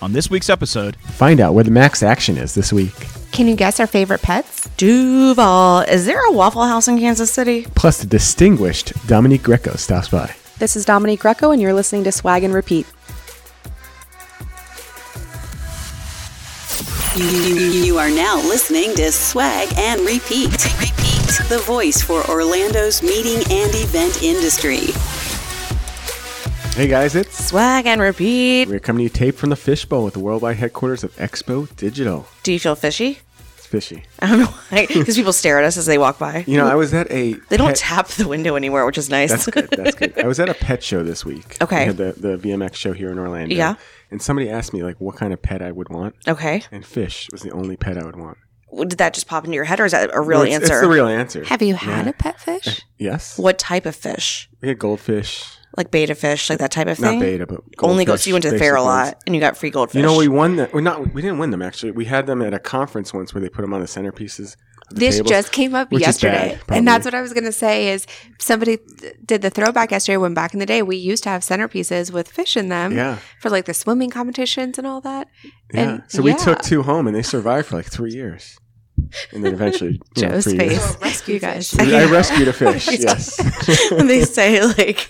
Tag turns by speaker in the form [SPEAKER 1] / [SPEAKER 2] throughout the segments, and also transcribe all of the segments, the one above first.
[SPEAKER 1] on this week's episode.
[SPEAKER 2] Find out where the max action is this week.
[SPEAKER 3] Can you guess our favorite pets?
[SPEAKER 4] Duval, is there a Waffle House in Kansas City?
[SPEAKER 2] Plus, the distinguished Dominique Greco stops by.
[SPEAKER 5] This is Dominique Greco, and you're listening to Swag and Repeat.
[SPEAKER 6] You, you- you are now listening to Swag and Repeat. Repeat. The voice for Orlando's meeting and event industry.
[SPEAKER 2] Hey guys, it's
[SPEAKER 4] Swag and repeat.
[SPEAKER 2] we're coming to you taped from the fishbowl at the worldwide headquarters of Expo Digital.
[SPEAKER 4] Do you feel fishy?
[SPEAKER 2] It's fishy.
[SPEAKER 4] I don't know why. Because people stare at us as they walk by.
[SPEAKER 2] You know, I was at a
[SPEAKER 4] They don't
[SPEAKER 2] pet-
[SPEAKER 4] tap the window anymore, which is nice.
[SPEAKER 2] That's good. That's good. I was at a pet show this week.
[SPEAKER 4] Okay.
[SPEAKER 2] We had the the VMX show here in Orlando.
[SPEAKER 4] Yeah.
[SPEAKER 2] And somebody asked me like what kind of pet I would want,
[SPEAKER 4] okay.
[SPEAKER 2] and fish was the only pet I would want.
[SPEAKER 4] Well, Did that just pop into your head, or is that a real
[SPEAKER 2] Well, it's-
[SPEAKER 4] answer?
[SPEAKER 2] It's the real answer. Eh,
[SPEAKER 3] Have you had a pet fish?
[SPEAKER 2] Yes.
[SPEAKER 4] what type of fish?
[SPEAKER 2] We had goldfish.
[SPEAKER 4] Like beta fish, like that type of
[SPEAKER 2] Not
[SPEAKER 4] thing?
[SPEAKER 2] beta, but
[SPEAKER 4] Only go.
[SPEAKER 2] goldfish,
[SPEAKER 4] So you went to the
[SPEAKER 2] basic
[SPEAKER 4] fair a
[SPEAKER 2] ones.
[SPEAKER 4] lot, and you got free goldfish.
[SPEAKER 2] You know, we won that. We're not. We didn't win them actually. We had them at a conference once where they put them on the centerpieces. of the
[SPEAKER 3] This
[SPEAKER 2] tables,
[SPEAKER 3] just came up
[SPEAKER 2] which is
[SPEAKER 3] yesterday.
[SPEAKER 2] bad,
[SPEAKER 3] and that's
[SPEAKER 2] probably.
[SPEAKER 3] what I was going to say is somebody th- did the throwback yesterday when back in the day we used to have centerpieces with fish in them
[SPEAKER 2] Yeah.
[SPEAKER 3] for like the swimming competitions and all that.
[SPEAKER 2] Yeah.
[SPEAKER 3] and-
[SPEAKER 2] so we
[SPEAKER 3] yeah.
[SPEAKER 2] took two home, and they survived for like three years, and then eventually you know,
[SPEAKER 3] Joe's
[SPEAKER 2] three years-
[SPEAKER 3] face. Rescue guys.
[SPEAKER 2] I rescued a fish. yes.
[SPEAKER 4] and they say like,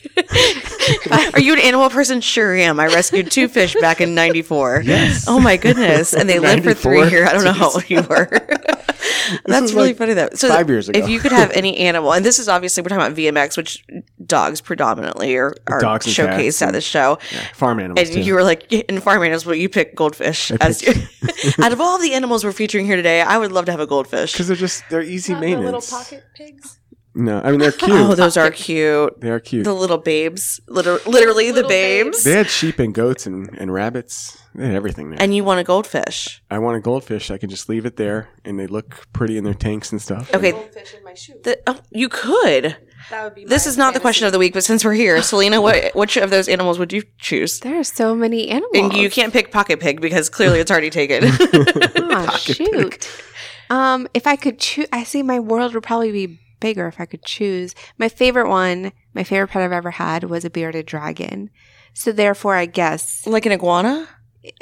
[SPEAKER 4] "Are you an animal person?" Sure, am. I rescued two fish back in '94. Yes. Oh my goodness! And they lived for three
[SPEAKER 2] 94?
[SPEAKER 4] years. I don't know how old you were. That's
[SPEAKER 2] was
[SPEAKER 4] really
[SPEAKER 2] like
[SPEAKER 4] funny though. So
[SPEAKER 2] five years ago.
[SPEAKER 4] if you could have any animal, and this is obviously we're talking about VMX, which dogs predominantly are, are
[SPEAKER 2] Dogs and cats
[SPEAKER 4] showcased at
[SPEAKER 2] and-
[SPEAKER 4] the show.
[SPEAKER 2] Farm animals.
[SPEAKER 4] And
[SPEAKER 2] too.
[SPEAKER 4] you were like, yeah, in farm animals, but you picked goldfish. As you, out of all the animals we're featuring here today, I would love to have a goldfish.
[SPEAKER 2] Because they're just they're easy
[SPEAKER 7] The little
[SPEAKER 2] maintenance.
[SPEAKER 7] pocket pigs.
[SPEAKER 2] No, I mean they're cute.
[SPEAKER 4] Oh, those are cute.
[SPEAKER 2] they are cute.
[SPEAKER 4] The little babes, liter- literally the
[SPEAKER 7] Little
[SPEAKER 4] babes.
[SPEAKER 7] babes.
[SPEAKER 2] they had sheep and goats and, and rabbits. They had everything there.
[SPEAKER 4] And you want a goldfish.
[SPEAKER 2] I want a goldfish. I can just leave it there, and they look pretty in their tanks and stuff.
[SPEAKER 4] Okay.
[SPEAKER 7] Goldfish in my shoe.
[SPEAKER 4] The, oh, you could.
[SPEAKER 7] that would be.
[SPEAKER 4] This
[SPEAKER 7] my
[SPEAKER 4] is not the question of the week, but since we're here, Selena, what, which of those animals would you choose?
[SPEAKER 3] There are so many animals.
[SPEAKER 4] And
[SPEAKER 2] uh,
[SPEAKER 4] you can't pick pocket pig because clearly it's already taken.
[SPEAKER 3] Ah, shoot. Um, if I could choose, I see my world would probably be bigger if I could choose. My favorite one, my favorite pet I've ever had was a bearded dragon. So therefore, I guess
[SPEAKER 4] like an iguana?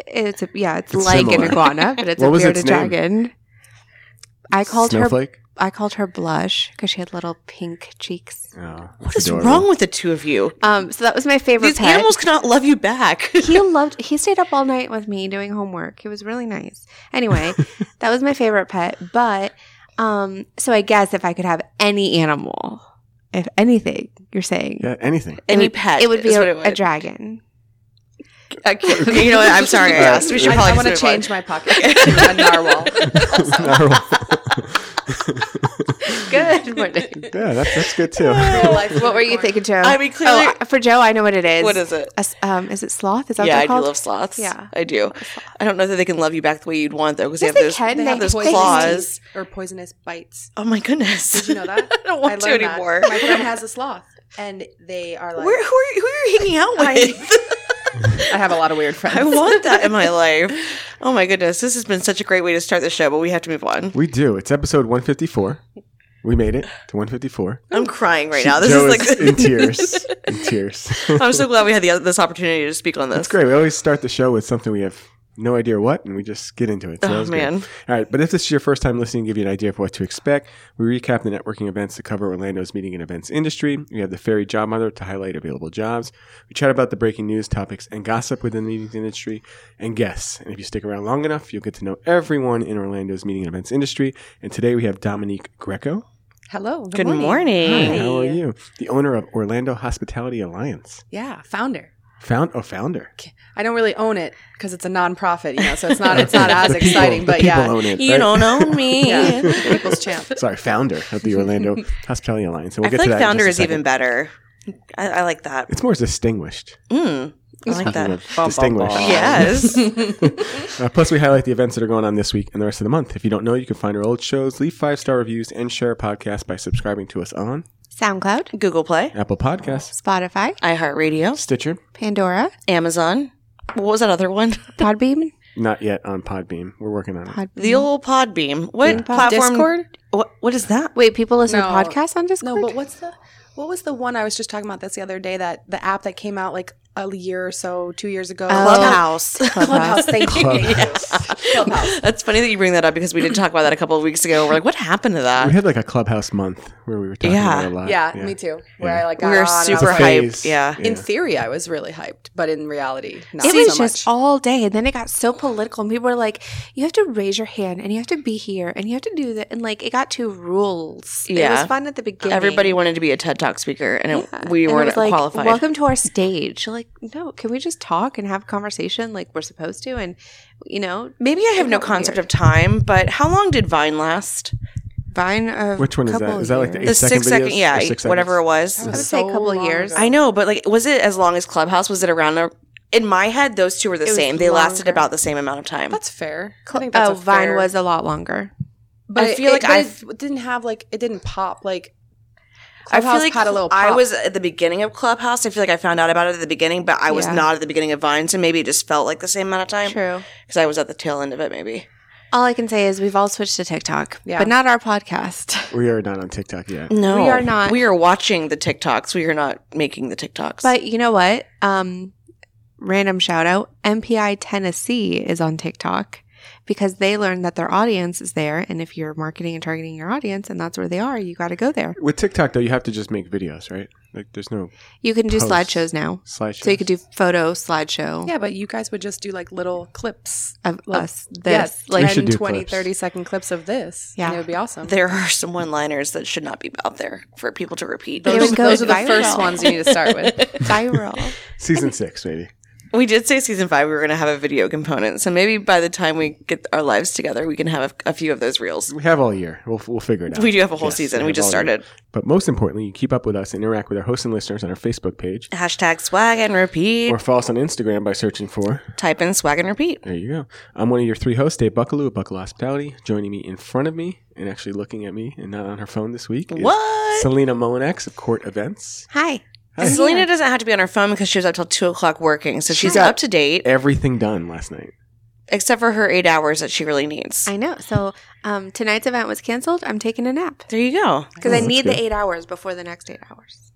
[SPEAKER 3] it's a, yeah, it's,
[SPEAKER 2] It's
[SPEAKER 3] like
[SPEAKER 2] similar.
[SPEAKER 3] an iguana, but it's
[SPEAKER 2] What
[SPEAKER 3] a
[SPEAKER 2] was
[SPEAKER 3] bearded
[SPEAKER 2] its name?
[SPEAKER 3] dragon. I called
[SPEAKER 2] Snowflake.
[SPEAKER 3] her. I called her blush because she had little pink cheeks.
[SPEAKER 2] Oh,
[SPEAKER 4] What is wrong with the two of you?
[SPEAKER 3] Um, so that was my favorite.
[SPEAKER 4] These
[SPEAKER 3] pet.
[SPEAKER 4] animals cannot love you back.
[SPEAKER 3] he loved he stayed up all night with me doing homework he was really nice anyway that was my favorite pet but um so i guess if i could have any animal if anything you're saying
[SPEAKER 2] Yeah, anything.
[SPEAKER 4] Any
[SPEAKER 3] would-
[SPEAKER 4] pet.
[SPEAKER 3] it would be
[SPEAKER 4] is what
[SPEAKER 3] a,
[SPEAKER 4] would.
[SPEAKER 3] a dragon
[SPEAKER 4] A kid. you know what? I'm sorry. I
[SPEAKER 2] Uh,
[SPEAKER 4] asked. We should
[SPEAKER 7] I,
[SPEAKER 4] probably
[SPEAKER 7] I want to
[SPEAKER 4] just move
[SPEAKER 7] change
[SPEAKER 4] on.
[SPEAKER 7] my pocket pig to a narwhal.
[SPEAKER 3] good morning
[SPEAKER 2] yeah, that's that's good too.
[SPEAKER 3] what were you thinking joe
[SPEAKER 4] I mean, clearly-
[SPEAKER 3] oh, for joe i know what it is
[SPEAKER 4] What is it?
[SPEAKER 3] A s- um is it sloth is that
[SPEAKER 4] yeah,
[SPEAKER 3] what
[SPEAKER 4] I
[SPEAKER 3] they're called
[SPEAKER 4] do love sloths.
[SPEAKER 3] Yeah.
[SPEAKER 4] I do. I don't know that they can love you back the way you'd want though, because
[SPEAKER 3] Yes,
[SPEAKER 4] they
[SPEAKER 3] they can.
[SPEAKER 4] have those, they have
[SPEAKER 3] They-
[SPEAKER 4] those
[SPEAKER 3] poisonous-
[SPEAKER 4] claws.
[SPEAKER 7] or poisonous bites.
[SPEAKER 4] Oh my goodness!
[SPEAKER 7] Did you know that?
[SPEAKER 4] I don't want to
[SPEAKER 7] learned that.
[SPEAKER 4] anymore.
[SPEAKER 7] My friend has a sloth, and they are like.
[SPEAKER 4] Where who are you, who are you hanging out
[SPEAKER 7] I-
[SPEAKER 4] with?
[SPEAKER 7] I have a lot of weird friends.
[SPEAKER 4] I want that in my life. Oh my goodness, this has been such a great way to start the show, but we have to move on.
[SPEAKER 2] we do. It's episode 154. We made it to 154.
[SPEAKER 4] I'm crying right now. This
[SPEAKER 2] Joe
[SPEAKER 4] is like
[SPEAKER 2] in tears. In tears.
[SPEAKER 4] I'm so glad we had the, this opportunity to speak on this.
[SPEAKER 2] That's great. We always start the show with something we have no idea what, and we just get into it. So that
[SPEAKER 4] Oh,
[SPEAKER 2] was good.
[SPEAKER 4] man.
[SPEAKER 2] All right. But if this is your first time listening, give you an idea of what to expect. We recap the networking events that cover Orlando's meeting and events industry. We have the Fairy Job Mother to highlight available jobs. We chat about the breaking news, topics, and gossip within the meetings industry, and guests. And if you stick around long enough, you'll get to know everyone in Orlando's meeting and events industry. And today we have Dominique Greco.
[SPEAKER 7] Hello.
[SPEAKER 4] Good morning.
[SPEAKER 2] Hi, how are you? The owner of Orlando Hospitality Alliance.
[SPEAKER 7] Yeah, founder.
[SPEAKER 2] Found oh founder.
[SPEAKER 7] I don't really own it because it's a nonprofit, you know, so it's not it's not as exciting.
[SPEAKER 2] the
[SPEAKER 7] but
[SPEAKER 2] people
[SPEAKER 7] yeah,
[SPEAKER 2] own it.
[SPEAKER 4] You
[SPEAKER 2] right?
[SPEAKER 4] don't own me.
[SPEAKER 7] yeah, people's champ.
[SPEAKER 2] sorry, founder of the Orlando Hospitality Alliance. And we'll
[SPEAKER 4] I
[SPEAKER 2] get
[SPEAKER 4] feel
[SPEAKER 2] to
[SPEAKER 4] like
[SPEAKER 2] that in
[SPEAKER 4] founder
[SPEAKER 2] just a
[SPEAKER 4] is
[SPEAKER 2] second.
[SPEAKER 4] even better. I, I like that.
[SPEAKER 2] It's more distinguished.
[SPEAKER 4] Mm, I like
[SPEAKER 2] Speaking
[SPEAKER 4] that.
[SPEAKER 2] of distinguished.
[SPEAKER 4] Yes.
[SPEAKER 2] Uh, plus, we highlight the events that are going on this week and the rest of the month. If you don't know, you can find our old shows, leave five star reviews, and share our podcast by subscribing to us on
[SPEAKER 3] soundcloud
[SPEAKER 4] Google Play,
[SPEAKER 2] Apple Podcasts,
[SPEAKER 3] spotify
[SPEAKER 4] iHeartRadio,
[SPEAKER 2] Stitcher,
[SPEAKER 3] pandora
[SPEAKER 4] Amazon. What was that other one?
[SPEAKER 3] podbean
[SPEAKER 2] not yet on Podbeam. We're working on it.
[SPEAKER 3] Podbeam.
[SPEAKER 4] The old Podbeam. What platform?
[SPEAKER 7] Discord?
[SPEAKER 4] What, what is that?
[SPEAKER 3] wait people listen
[SPEAKER 7] No.
[SPEAKER 3] to podcasts on discord
[SPEAKER 7] No, but what's the what was the one I was just talking about? That's the other day that the app that came out like a year or so, two years ago.
[SPEAKER 3] Oh.
[SPEAKER 4] Clubhouse.
[SPEAKER 7] Clubhouse. Thank you. Clubhouse.
[SPEAKER 4] That's funny that you bring that up because we did talk about that a couple of weeks ago. We're like, what happened to
[SPEAKER 2] we
[SPEAKER 4] that?
[SPEAKER 2] had like a clubhouse month where we were talking
[SPEAKER 4] Yeah.
[SPEAKER 2] about it a lot.
[SPEAKER 7] Yeah, me too. Where
[SPEAKER 2] Yeah.
[SPEAKER 7] I like
[SPEAKER 4] We
[SPEAKER 7] got
[SPEAKER 4] were
[SPEAKER 7] on and I was
[SPEAKER 4] super
[SPEAKER 2] It's
[SPEAKER 7] like-
[SPEAKER 2] a
[SPEAKER 4] hyped.
[SPEAKER 2] phase.
[SPEAKER 4] Yeah.
[SPEAKER 7] In theory, I was really hyped, but in reality, not
[SPEAKER 3] it
[SPEAKER 7] so
[SPEAKER 3] was
[SPEAKER 7] much.
[SPEAKER 3] just all day. And then it got so political. And people were like, you have to raise your hand and you have to be here and you have to do that. And like, it got to rules. It
[SPEAKER 4] Yeah.
[SPEAKER 3] was fun at the beginning.
[SPEAKER 4] Everybody wanted to be a TED Talk speaker, and it, we
[SPEAKER 3] And it
[SPEAKER 4] weren't
[SPEAKER 3] was like,
[SPEAKER 4] qualified.
[SPEAKER 3] Welcome to our stage. Like, no, can we just talk and have a conversation like we're supposed to? And, you know,
[SPEAKER 4] Maybe I have no concept of time, but how long did Vine last?
[SPEAKER 3] Vine of
[SPEAKER 2] Which one is
[SPEAKER 3] couple
[SPEAKER 2] that?
[SPEAKER 3] of
[SPEAKER 2] Is that like the
[SPEAKER 3] years.
[SPEAKER 2] eight
[SPEAKER 4] The
[SPEAKER 2] second
[SPEAKER 4] six second,
[SPEAKER 2] videos?
[SPEAKER 4] yeah,
[SPEAKER 2] Or six
[SPEAKER 4] whatever it
[SPEAKER 2] seconds?
[SPEAKER 4] was.
[SPEAKER 3] I would
[SPEAKER 7] was
[SPEAKER 3] say a
[SPEAKER 7] so
[SPEAKER 3] couple of
[SPEAKER 7] long
[SPEAKER 3] years.
[SPEAKER 7] ago.
[SPEAKER 4] I know, but like, was it as long as Clubhouse? Was it around? The, in my head, those two were the
[SPEAKER 3] It was
[SPEAKER 4] same. They lasted
[SPEAKER 3] longer.
[SPEAKER 4] about the same amount of time.
[SPEAKER 7] That's fair. I think that's
[SPEAKER 3] Oh,
[SPEAKER 7] a
[SPEAKER 3] Vine
[SPEAKER 7] fair-
[SPEAKER 3] was a lot longer.
[SPEAKER 7] But
[SPEAKER 4] I
[SPEAKER 7] it-
[SPEAKER 4] feel
[SPEAKER 7] it-
[SPEAKER 4] like
[SPEAKER 7] but
[SPEAKER 4] I've-
[SPEAKER 7] it didn't have like it didn't pop like.
[SPEAKER 4] I
[SPEAKER 7] Clubhouse
[SPEAKER 4] feel like
[SPEAKER 7] had a little
[SPEAKER 4] I
[SPEAKER 7] pop.
[SPEAKER 4] was at the beginning of Clubhouse. I feel like I found out about it at the beginning, but I was
[SPEAKER 3] Yeah.
[SPEAKER 4] not at the beginning of Vine, so maybe it just felt like the same amount of time
[SPEAKER 3] True.
[SPEAKER 4] because I was at the tail end of it. Maybe
[SPEAKER 3] All I can say is we've all switched to TikTok,
[SPEAKER 7] Yeah.
[SPEAKER 3] but not our podcast.
[SPEAKER 2] We are not on TikTok yet.
[SPEAKER 4] no,
[SPEAKER 3] We are not.
[SPEAKER 4] We are watching the TikToks. We are not making the TikToks.
[SPEAKER 3] But you know what? Um, random shout out MPI Tennessee is on TikTok because they learned that their audience is there. And if you're marketing and targeting your audience and that's where they are, you got to go there.
[SPEAKER 2] With TikTok though, you have to just make videos, right? Like there's no
[SPEAKER 3] You can do
[SPEAKER 2] Posts.
[SPEAKER 3] slideshows now.
[SPEAKER 2] slideshow.
[SPEAKER 3] So you could do photo slideshow
[SPEAKER 7] Yeah, but you guys would just do like little clips.
[SPEAKER 3] of
[SPEAKER 7] Well,
[SPEAKER 3] us. This.
[SPEAKER 7] Yes,
[SPEAKER 2] We
[SPEAKER 7] like
[SPEAKER 2] should
[SPEAKER 7] 10,
[SPEAKER 2] do
[SPEAKER 7] 20,
[SPEAKER 2] clips.
[SPEAKER 7] 30 second clips of this.
[SPEAKER 3] Yeah.
[SPEAKER 7] And it would be awesome.
[SPEAKER 4] there are some one-liners that should not be out there for people to repeat.
[SPEAKER 3] But it
[SPEAKER 7] those
[SPEAKER 3] would go
[SPEAKER 7] those are the
[SPEAKER 3] viral.
[SPEAKER 7] first ones you need to start with.
[SPEAKER 3] viral.
[SPEAKER 2] Season six, maybe.
[SPEAKER 4] We did say season five we were going to have a video component, so maybe by the time we get our lives together, we can have a, a few of those reels.
[SPEAKER 2] We have all year. We'll, we'll figure it out.
[SPEAKER 4] We do have a whole season.
[SPEAKER 2] we
[SPEAKER 4] We
[SPEAKER 2] have
[SPEAKER 4] just
[SPEAKER 2] all year.
[SPEAKER 4] started.
[SPEAKER 2] But most importantly, you keep up with us and interact with our hosts and listeners on our Facebook page
[SPEAKER 4] Hashtag swag and repeat.
[SPEAKER 2] or follow us on Instagram by searching for.
[SPEAKER 4] Type in swag and repeat.
[SPEAKER 2] There you go. I'm one of your three hosts, Dave Buckaloo of Buckaloo Hospitality. Joining me in front of me and actually looking at me and not on her phone this week is
[SPEAKER 4] What?
[SPEAKER 2] Selena Monax of Court Events.
[SPEAKER 3] Hi.
[SPEAKER 2] Hi.
[SPEAKER 4] Selena doesn't have to be on her phone because she was up till two o'clock working, so
[SPEAKER 2] She
[SPEAKER 4] she's
[SPEAKER 2] got-
[SPEAKER 4] up to date,
[SPEAKER 2] Everything done last night.
[SPEAKER 4] except for her eight hours that she really needs.
[SPEAKER 3] I know. So um, tonight's event was canceled. I'm taking a nap
[SPEAKER 4] there you go.
[SPEAKER 3] because
[SPEAKER 2] Oh,
[SPEAKER 3] I
[SPEAKER 2] that's
[SPEAKER 3] need
[SPEAKER 2] good.
[SPEAKER 3] the eight hours before the next eight hours.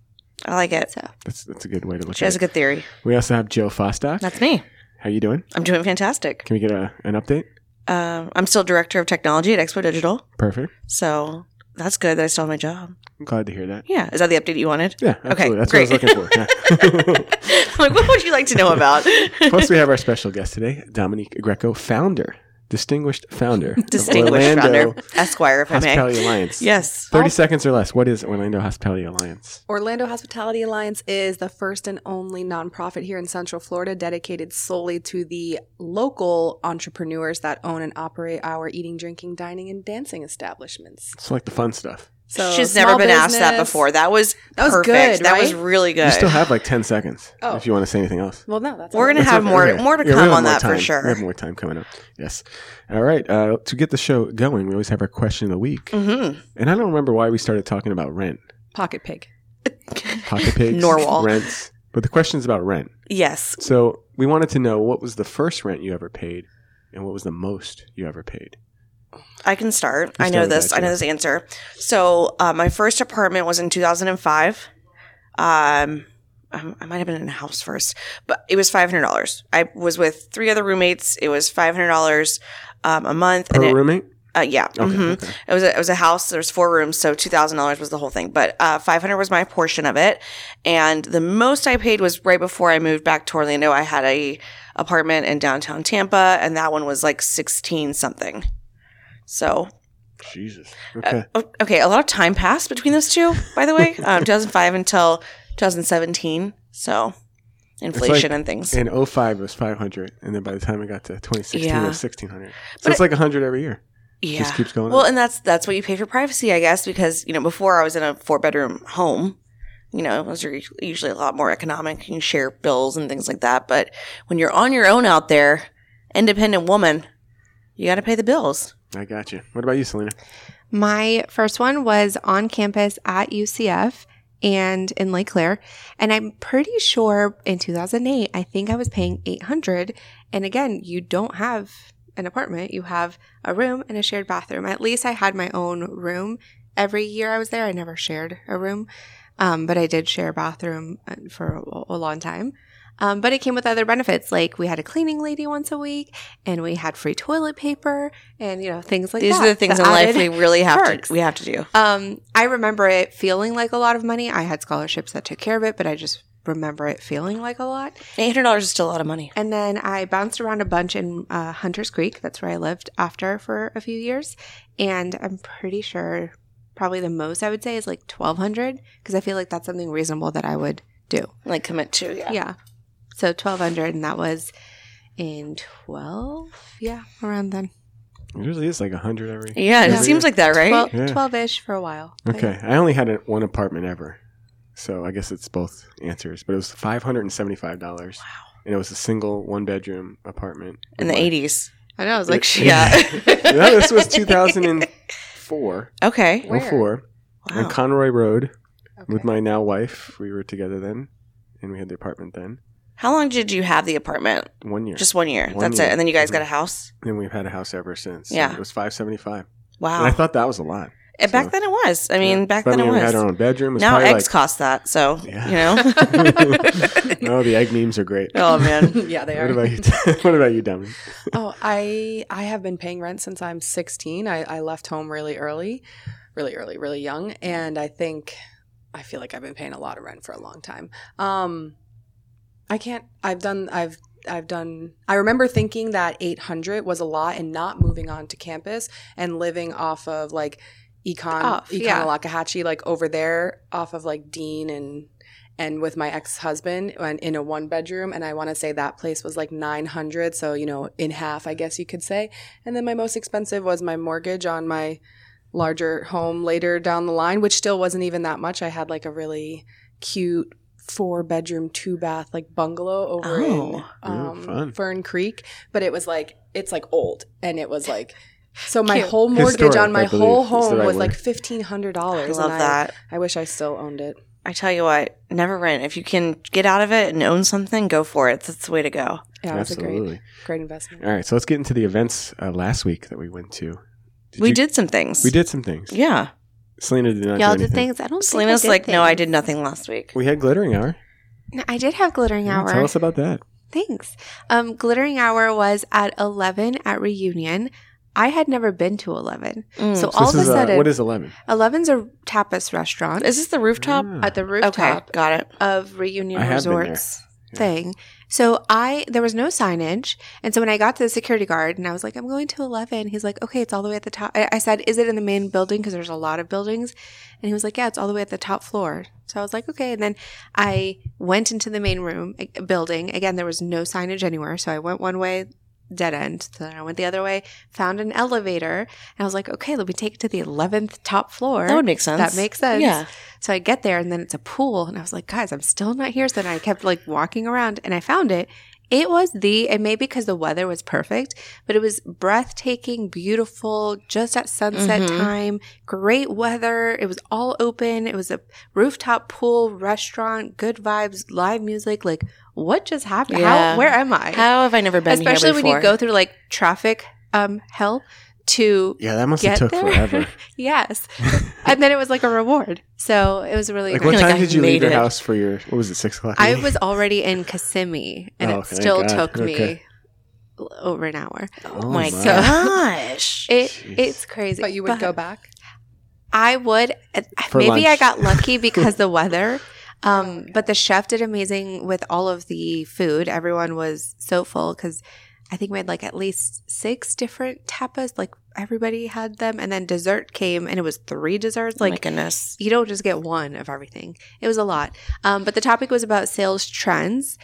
[SPEAKER 4] I like it.
[SPEAKER 3] So
[SPEAKER 2] That's that's a good way to look
[SPEAKER 4] She
[SPEAKER 2] at
[SPEAKER 4] has
[SPEAKER 2] it.
[SPEAKER 4] a good theory.
[SPEAKER 2] we also have Jill Fostock.
[SPEAKER 4] That's me.
[SPEAKER 2] How you doing?
[SPEAKER 4] I'm doing fantastic.
[SPEAKER 2] Can we get a, an update?
[SPEAKER 4] Um, I'm still director of technology at Expo Digital,
[SPEAKER 2] Perfect.
[SPEAKER 4] so that's good that I still have my job.
[SPEAKER 2] I'm glad to hear that.
[SPEAKER 4] Yeah, is that the update you wanted?
[SPEAKER 2] Yeah, absolutely. That's
[SPEAKER 4] great.
[SPEAKER 2] what I was looking for. Yeah.
[SPEAKER 4] I'm like, what would you like to know about?
[SPEAKER 2] Plus, we have our special guest today, Dominique Greco, founder, distinguished founder, of
[SPEAKER 4] Distinguished
[SPEAKER 2] Orlando
[SPEAKER 4] founder, Esquire, if I may.
[SPEAKER 2] Hospitality Alliance.
[SPEAKER 4] Yes.
[SPEAKER 2] 30 seconds or less. What is Orlando Hospitality Alliance?
[SPEAKER 7] Orlando Hospitality Alliance is the first and only nonprofit here in Central Florida dedicated solely to the local entrepreneurs that own and operate our eating, drinking, dining, and dancing establishments.
[SPEAKER 2] It's like the fun stuff.
[SPEAKER 7] So
[SPEAKER 4] She's
[SPEAKER 7] small
[SPEAKER 4] never been asked that
[SPEAKER 7] business-
[SPEAKER 4] before. That was
[SPEAKER 7] That was
[SPEAKER 4] perfect.
[SPEAKER 7] good,
[SPEAKER 4] That was
[SPEAKER 7] right?
[SPEAKER 4] really good.
[SPEAKER 2] You still have like 10 seconds
[SPEAKER 7] Oh.
[SPEAKER 2] if you want to say anything else.
[SPEAKER 7] Well, no, that's
[SPEAKER 4] We're gonna
[SPEAKER 7] all.
[SPEAKER 2] That's
[SPEAKER 4] have
[SPEAKER 2] okay.
[SPEAKER 4] more-
[SPEAKER 2] Okay.
[SPEAKER 4] more to
[SPEAKER 2] Yeah, we
[SPEAKER 4] come
[SPEAKER 2] have
[SPEAKER 4] on
[SPEAKER 2] more
[SPEAKER 4] that for
[SPEAKER 2] time.
[SPEAKER 4] sure.
[SPEAKER 2] We have more time coming up. Yes. All right. Uh, to get the show going, we always have our question of the week.
[SPEAKER 4] Mhm.
[SPEAKER 2] And I don't remember why we started talking about rent.
[SPEAKER 7] pocket pig.
[SPEAKER 2] Pocket pigs,
[SPEAKER 4] Norwal.
[SPEAKER 2] rents. But the question's about rent.
[SPEAKER 4] Yes.
[SPEAKER 2] So we wanted to know what was the first rent you ever paid and what was the most you ever paid?
[SPEAKER 4] I can start.
[SPEAKER 2] You
[SPEAKER 4] I
[SPEAKER 2] start
[SPEAKER 4] know
[SPEAKER 2] with
[SPEAKER 4] this.
[SPEAKER 2] that,
[SPEAKER 4] I know
[SPEAKER 2] yeah.
[SPEAKER 4] this answer. So uh, my first apartment was in 2005. Um, I I might have been in a house first, but it was five hundred dollars. I was with three other roommates. It was five hundred dollars um, a month.
[SPEAKER 2] Per
[SPEAKER 4] and it,
[SPEAKER 2] roommate?
[SPEAKER 4] uh, yeah.
[SPEAKER 2] Okay,
[SPEAKER 4] mhm.
[SPEAKER 2] okay.
[SPEAKER 4] It was a, it was a house. There was four rooms, so two thousand dollars was the whole thing. But uh, five hundred was my portion of it, and the most I paid was right before I moved back to Orlando. I had a apartment in downtown Tampa, and that one was like sixteen something. So
[SPEAKER 2] Jesus.
[SPEAKER 4] Uh,
[SPEAKER 2] Okay.
[SPEAKER 4] o- Oh, okay, a lot of time passed between those two. By the way, um, two thousand five until two thousand seventeen. So inflation and things.
[SPEAKER 2] And 05 was 500. And then by the time I got to 2016,
[SPEAKER 4] Yeah.
[SPEAKER 2] it was 1600. So
[SPEAKER 4] But
[SPEAKER 2] it's like 100 every year.
[SPEAKER 4] yeah.
[SPEAKER 2] Just keeps going
[SPEAKER 4] Well,
[SPEAKER 2] up.
[SPEAKER 4] and that's that's what you pay for privacy, I guess, because you know before I was in a four bedroom home. You know, those are usually a lot more economic. You share bills and things like that. But when you're on your own out there, independent woman, you got to pay the bills.
[SPEAKER 2] I got you. What about you, Selena?
[SPEAKER 3] My first one was on campus at UCF and in Lake Claire, and I'm pretty sure in 2008 I think I was paying 800 and again, you don't have an apartment, you have a room and a shared bathroom. At least I had my own room. Every year I was there, I never shared a room. Um, but I did share a bathroom uh, for a, a long time. Um, but it came with other benefits, like we had a cleaning lady once a week, and we had free toilet paper, and you know things like
[SPEAKER 4] These
[SPEAKER 3] that.
[SPEAKER 4] are the things
[SPEAKER 3] that
[SPEAKER 4] in life
[SPEAKER 3] added-
[SPEAKER 4] we really have
[SPEAKER 3] perks.
[SPEAKER 4] to we have to do.
[SPEAKER 3] Um, I remember it feeling like a lot of money. I had scholarships that took care of it, but I just remember it feeling like a lot.
[SPEAKER 4] Eight hundred dollars is still a lot of money.
[SPEAKER 3] And then I bounced around a bunch in uh, Hunter's Creek. That's where I lived after for a few years. And I'm pretty sure probably the most I would say is like 1200 because I feel like that's something reasonable that I would do.
[SPEAKER 4] Like commit to yeah.
[SPEAKER 3] Yeah. So 1200 and that was in 12? Yeah, around then.
[SPEAKER 2] It usually is like a hundred every.
[SPEAKER 4] Yeah,
[SPEAKER 2] Yeah.
[SPEAKER 4] it seems like that, right?
[SPEAKER 3] Well,
[SPEAKER 2] Yeah.
[SPEAKER 3] 12-ish for a while. But
[SPEAKER 2] Okay, I only had a, one apartment ever, so I guess it's both answers. But it was five hundred and seventy-five dollars. Wow. And it was a single one-bedroom apartment
[SPEAKER 4] in the
[SPEAKER 2] eighties.
[SPEAKER 4] eighties.
[SPEAKER 3] I know. I was like,
[SPEAKER 2] It-
[SPEAKER 3] shit.
[SPEAKER 4] Yeah.
[SPEAKER 2] Yeah, this was 2004.
[SPEAKER 4] Okay.
[SPEAKER 7] Where?
[SPEAKER 2] 04 Oh, on
[SPEAKER 4] Wow.
[SPEAKER 2] Conroy Road
[SPEAKER 7] Okay.
[SPEAKER 2] with my now wife. We were together then, and we had the apartment then.
[SPEAKER 4] How long did you have the apartment?
[SPEAKER 2] One year.
[SPEAKER 4] Just one year.
[SPEAKER 2] One
[SPEAKER 4] That's
[SPEAKER 2] year.
[SPEAKER 4] it. And then you guys
[SPEAKER 2] Mhm.
[SPEAKER 4] got a house.
[SPEAKER 2] and we've had a house ever since.
[SPEAKER 4] Yeah.
[SPEAKER 2] it was five seventy five. And
[SPEAKER 4] Wow.
[SPEAKER 2] I thought that was a lot.
[SPEAKER 4] And back
[SPEAKER 2] so-
[SPEAKER 4] then it was. I mean, back
[SPEAKER 2] But
[SPEAKER 4] then
[SPEAKER 2] I mean,
[SPEAKER 4] it
[SPEAKER 2] we had
[SPEAKER 4] was.
[SPEAKER 2] our own bedroom. It was
[SPEAKER 4] Now
[SPEAKER 2] probably
[SPEAKER 4] eggs cost that, so
[SPEAKER 2] Yeah.
[SPEAKER 4] you know.
[SPEAKER 2] no, the egg memes are great.
[SPEAKER 4] oh man.
[SPEAKER 7] yeah, they
[SPEAKER 2] What
[SPEAKER 7] are.
[SPEAKER 2] about you? what about you, Dominic?
[SPEAKER 7] oh, I I have been paying rent since I'm 16. I, I left home really early, really early, really young, and I think I feel like I've been paying a lot of rent for a long time. Um, I can't. I've done. I've I've done. I remember thinking that 800 was a lot, and not moving on to campus and living off of like econ
[SPEAKER 3] Off,
[SPEAKER 7] econ
[SPEAKER 3] yeah.
[SPEAKER 7] Lakahatchee, like over there, off of like Dean and and with my ex-husband and in a one bedroom and i want to say that place was like 900 so you know in half i
[SPEAKER 3] Mm.
[SPEAKER 7] guess you could say and then my most expensive was my mortgage on my larger home later down the line which still wasn't even that much i had like a really cute four bedroom two bath like bungalow over in
[SPEAKER 4] Oh.
[SPEAKER 2] Yeah,
[SPEAKER 7] um,
[SPEAKER 2] fun.
[SPEAKER 7] fern creek but it was like it's like old and it was like so my
[SPEAKER 3] Cute.
[SPEAKER 7] whole mortgage
[SPEAKER 2] Historic,
[SPEAKER 7] on my
[SPEAKER 2] I believe,
[SPEAKER 7] whole
[SPEAKER 2] is the
[SPEAKER 7] home
[SPEAKER 2] right
[SPEAKER 7] was
[SPEAKER 2] word.
[SPEAKER 7] like $1500
[SPEAKER 4] I
[SPEAKER 7] and
[SPEAKER 4] love that.
[SPEAKER 7] I wish i still owned it
[SPEAKER 4] I tell you what, never rent. If you can get out of it and own something, go for it. That's the way to go.
[SPEAKER 7] yeah it was a great
[SPEAKER 2] Absolutely.
[SPEAKER 7] Great investment.
[SPEAKER 2] All right, so let's get into the events uh, last week that we went to.
[SPEAKER 4] we
[SPEAKER 2] you-
[SPEAKER 4] did some things.
[SPEAKER 2] We did some things.
[SPEAKER 4] Yeah.
[SPEAKER 2] Selena did not.
[SPEAKER 3] Y'all
[SPEAKER 2] do
[SPEAKER 3] did
[SPEAKER 2] anything.
[SPEAKER 3] things. I don't
[SPEAKER 4] Selena's
[SPEAKER 3] think I did
[SPEAKER 4] like, no, I
[SPEAKER 3] things.
[SPEAKER 4] did nothing last week.
[SPEAKER 2] We had glittering hour.
[SPEAKER 3] No, I did have glittering
[SPEAKER 2] Yeah,
[SPEAKER 3] hour.
[SPEAKER 2] Tell us about that.
[SPEAKER 3] Thanks. Um, glittering hour was at eleven at reunion. I had never been to eleven,
[SPEAKER 4] Mm.
[SPEAKER 3] so
[SPEAKER 4] So
[SPEAKER 3] all
[SPEAKER 2] this
[SPEAKER 3] of a
[SPEAKER 2] is, uh,
[SPEAKER 3] sudden,
[SPEAKER 2] what is eleven?
[SPEAKER 3] eleven's a tapas restaurant
[SPEAKER 4] is this the rooftop?
[SPEAKER 2] Ah.
[SPEAKER 3] at the
[SPEAKER 4] Okay,
[SPEAKER 3] rooftop
[SPEAKER 4] got it.
[SPEAKER 3] of Reunion
[SPEAKER 2] I have been there.
[SPEAKER 3] Resorts
[SPEAKER 2] Yeah.
[SPEAKER 3] thing. So I there was no signage, and so when I got to the security guard and I was like, "I'm going to 11," he's like, "Okay, it's all the way at the top." I I said, "Is it in the main building?" Because there's a lot of buildings, and he was like, "Yeah, it's all the way at the top floor." So I was like, "Okay," and then I went into the main room eh, building. Again, there was no signage anywhere, so I went one way. Dead end. So then I went the other way, found an elevator, and I was like, okay, let me take it to the 11th top floor.
[SPEAKER 4] That would make sense.
[SPEAKER 3] That makes sense.
[SPEAKER 4] Yeah.
[SPEAKER 3] So I get there and then it's a pool. And I was like, guys, I'm still not here. So then I kept like walking around and I found it. It was the, and maybe because the weather was perfect, but it was breathtaking, beautiful, just at sunset
[SPEAKER 4] Mhm.
[SPEAKER 3] time, great weather. It was all open. It was a rooftop pool, restaurant, good vibes, live music. Like, what just happened?
[SPEAKER 4] Yeah.
[SPEAKER 3] How, where am I?
[SPEAKER 4] How have I never been
[SPEAKER 3] Especially
[SPEAKER 4] here
[SPEAKER 3] when
[SPEAKER 4] before?
[SPEAKER 3] you go through like traffic um, hell to,
[SPEAKER 2] Yeah, that must have
[SPEAKER 3] Get
[SPEAKER 2] took
[SPEAKER 3] there?
[SPEAKER 2] forever.
[SPEAKER 3] yes. and then it was like a reward. So it was really
[SPEAKER 2] like,
[SPEAKER 3] nice.
[SPEAKER 2] what
[SPEAKER 4] Like,
[SPEAKER 2] time
[SPEAKER 4] I
[SPEAKER 2] did you leave
[SPEAKER 4] made
[SPEAKER 2] your
[SPEAKER 4] it.
[SPEAKER 2] house for your? What was it? Six o'clock.
[SPEAKER 3] I was already in Kissimmee, and
[SPEAKER 2] Oh,
[SPEAKER 3] it
[SPEAKER 2] thank
[SPEAKER 3] still
[SPEAKER 2] God.
[SPEAKER 3] took
[SPEAKER 2] Okay.
[SPEAKER 3] me l- over an hour.
[SPEAKER 4] Oh my
[SPEAKER 2] God.
[SPEAKER 4] gosh.
[SPEAKER 3] It
[SPEAKER 2] Jeez.
[SPEAKER 3] it's crazy.
[SPEAKER 7] But you would go back?
[SPEAKER 3] I would. uh,
[SPEAKER 2] For
[SPEAKER 3] Maybe I
[SPEAKER 2] lunch.
[SPEAKER 3] got lucky because the weather. Um, but the chef did amazing with all of the food. Everyone was so full because I think we had like at least six different tapas. Like everybody had them, and then dessert came, and it was three desserts.
[SPEAKER 4] oh my
[SPEAKER 3] Like
[SPEAKER 4] goodness.
[SPEAKER 3] you don't just get one of everything. It was a lot. Um, but the topic was about sales trends.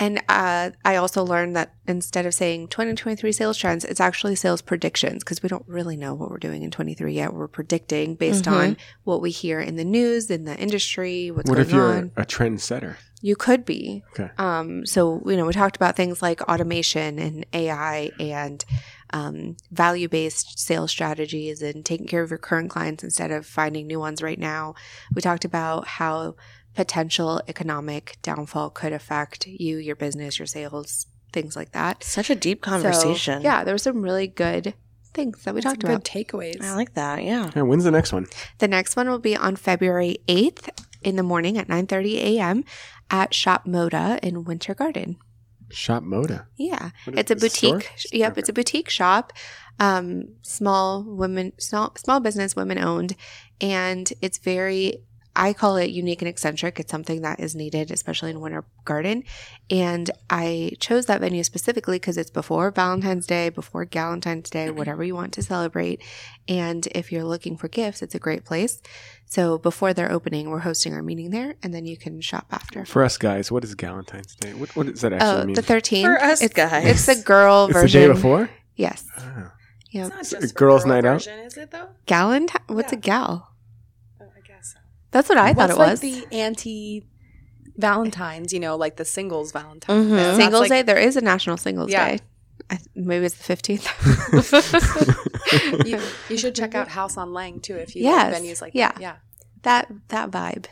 [SPEAKER 3] And uh, I also learned that instead of saying 2023 sales trends, it's actually sales predictions because we don't really know what we're doing in 23 yet. We're predicting based
[SPEAKER 2] Mm-hmm.
[SPEAKER 4] Mhm.
[SPEAKER 3] on what we hear in the news, in the industry, what's
[SPEAKER 2] What
[SPEAKER 3] going
[SPEAKER 2] if you're
[SPEAKER 3] on.
[SPEAKER 2] a trendsetter?
[SPEAKER 3] You could be.
[SPEAKER 2] Okay.
[SPEAKER 3] Um, so, you know, we talked about things like automation and AI and um, value based sales strategies and taking care of your current clients instead of finding new ones right now. We talked about how potential economic downfall could affect you, your business, your sales, things like that.
[SPEAKER 4] Such a deep
[SPEAKER 3] So,
[SPEAKER 4] conversation.
[SPEAKER 3] yeah, there were some really good things that we talked about.
[SPEAKER 7] good takeaways.
[SPEAKER 4] I like that. Yeah.
[SPEAKER 2] Yeah, when's the next one?
[SPEAKER 3] The next one will be on February 8th in the morning at 9:30 a.m. at Shop Moda in Winter Garden.
[SPEAKER 2] Shop Moda.
[SPEAKER 3] Yeah,
[SPEAKER 2] What is
[SPEAKER 3] it's a
[SPEAKER 2] it, store?
[SPEAKER 3] boutique. sh- Yep, it's a boutique shop. Um, small women, small small business, women owned, and it's very. I call it unique and eccentric. It's something that is needed, especially in Winter Garden. And I chose that venue specifically because it's before Valentine's Day, before Galentine's Day,
[SPEAKER 2] Mm-hmm.
[SPEAKER 3] whatever you want to celebrate. And if you're looking for gifts, it's a great place. So before their opening, we're hosting our meeting there, and then you can shop after.
[SPEAKER 2] For us guys, what is Galentine's Day? What, what does that actually
[SPEAKER 3] Oh,
[SPEAKER 2] mean?
[SPEAKER 3] the 13th.
[SPEAKER 4] For us
[SPEAKER 3] it's,
[SPEAKER 4] guys.
[SPEAKER 3] It's the girl
[SPEAKER 2] it's
[SPEAKER 3] version.
[SPEAKER 2] the day before?
[SPEAKER 3] Yes.
[SPEAKER 2] Ah.
[SPEAKER 3] Yeah.
[SPEAKER 7] not
[SPEAKER 2] a girls' night out?
[SPEAKER 7] out. Is it though?
[SPEAKER 3] Galentine. What's
[SPEAKER 7] Yeah.
[SPEAKER 3] a gal?
[SPEAKER 7] Oh, I guess so.
[SPEAKER 3] That's what I thought it was.
[SPEAKER 7] What's like the anti Valentine's, you know, like the singles Valentine's.
[SPEAKER 4] Mhm.
[SPEAKER 7] Mm-hmm. That's
[SPEAKER 3] Singles
[SPEAKER 7] like-
[SPEAKER 3] Day. There is a National Singles
[SPEAKER 7] Yeah.
[SPEAKER 3] Day. I, th- maybe it's the fifteenth.
[SPEAKER 7] You, you should check out House on Lang too if you
[SPEAKER 3] Yes.
[SPEAKER 7] like venues like
[SPEAKER 3] Yeah.
[SPEAKER 7] that. Yeah.
[SPEAKER 3] that that vibe.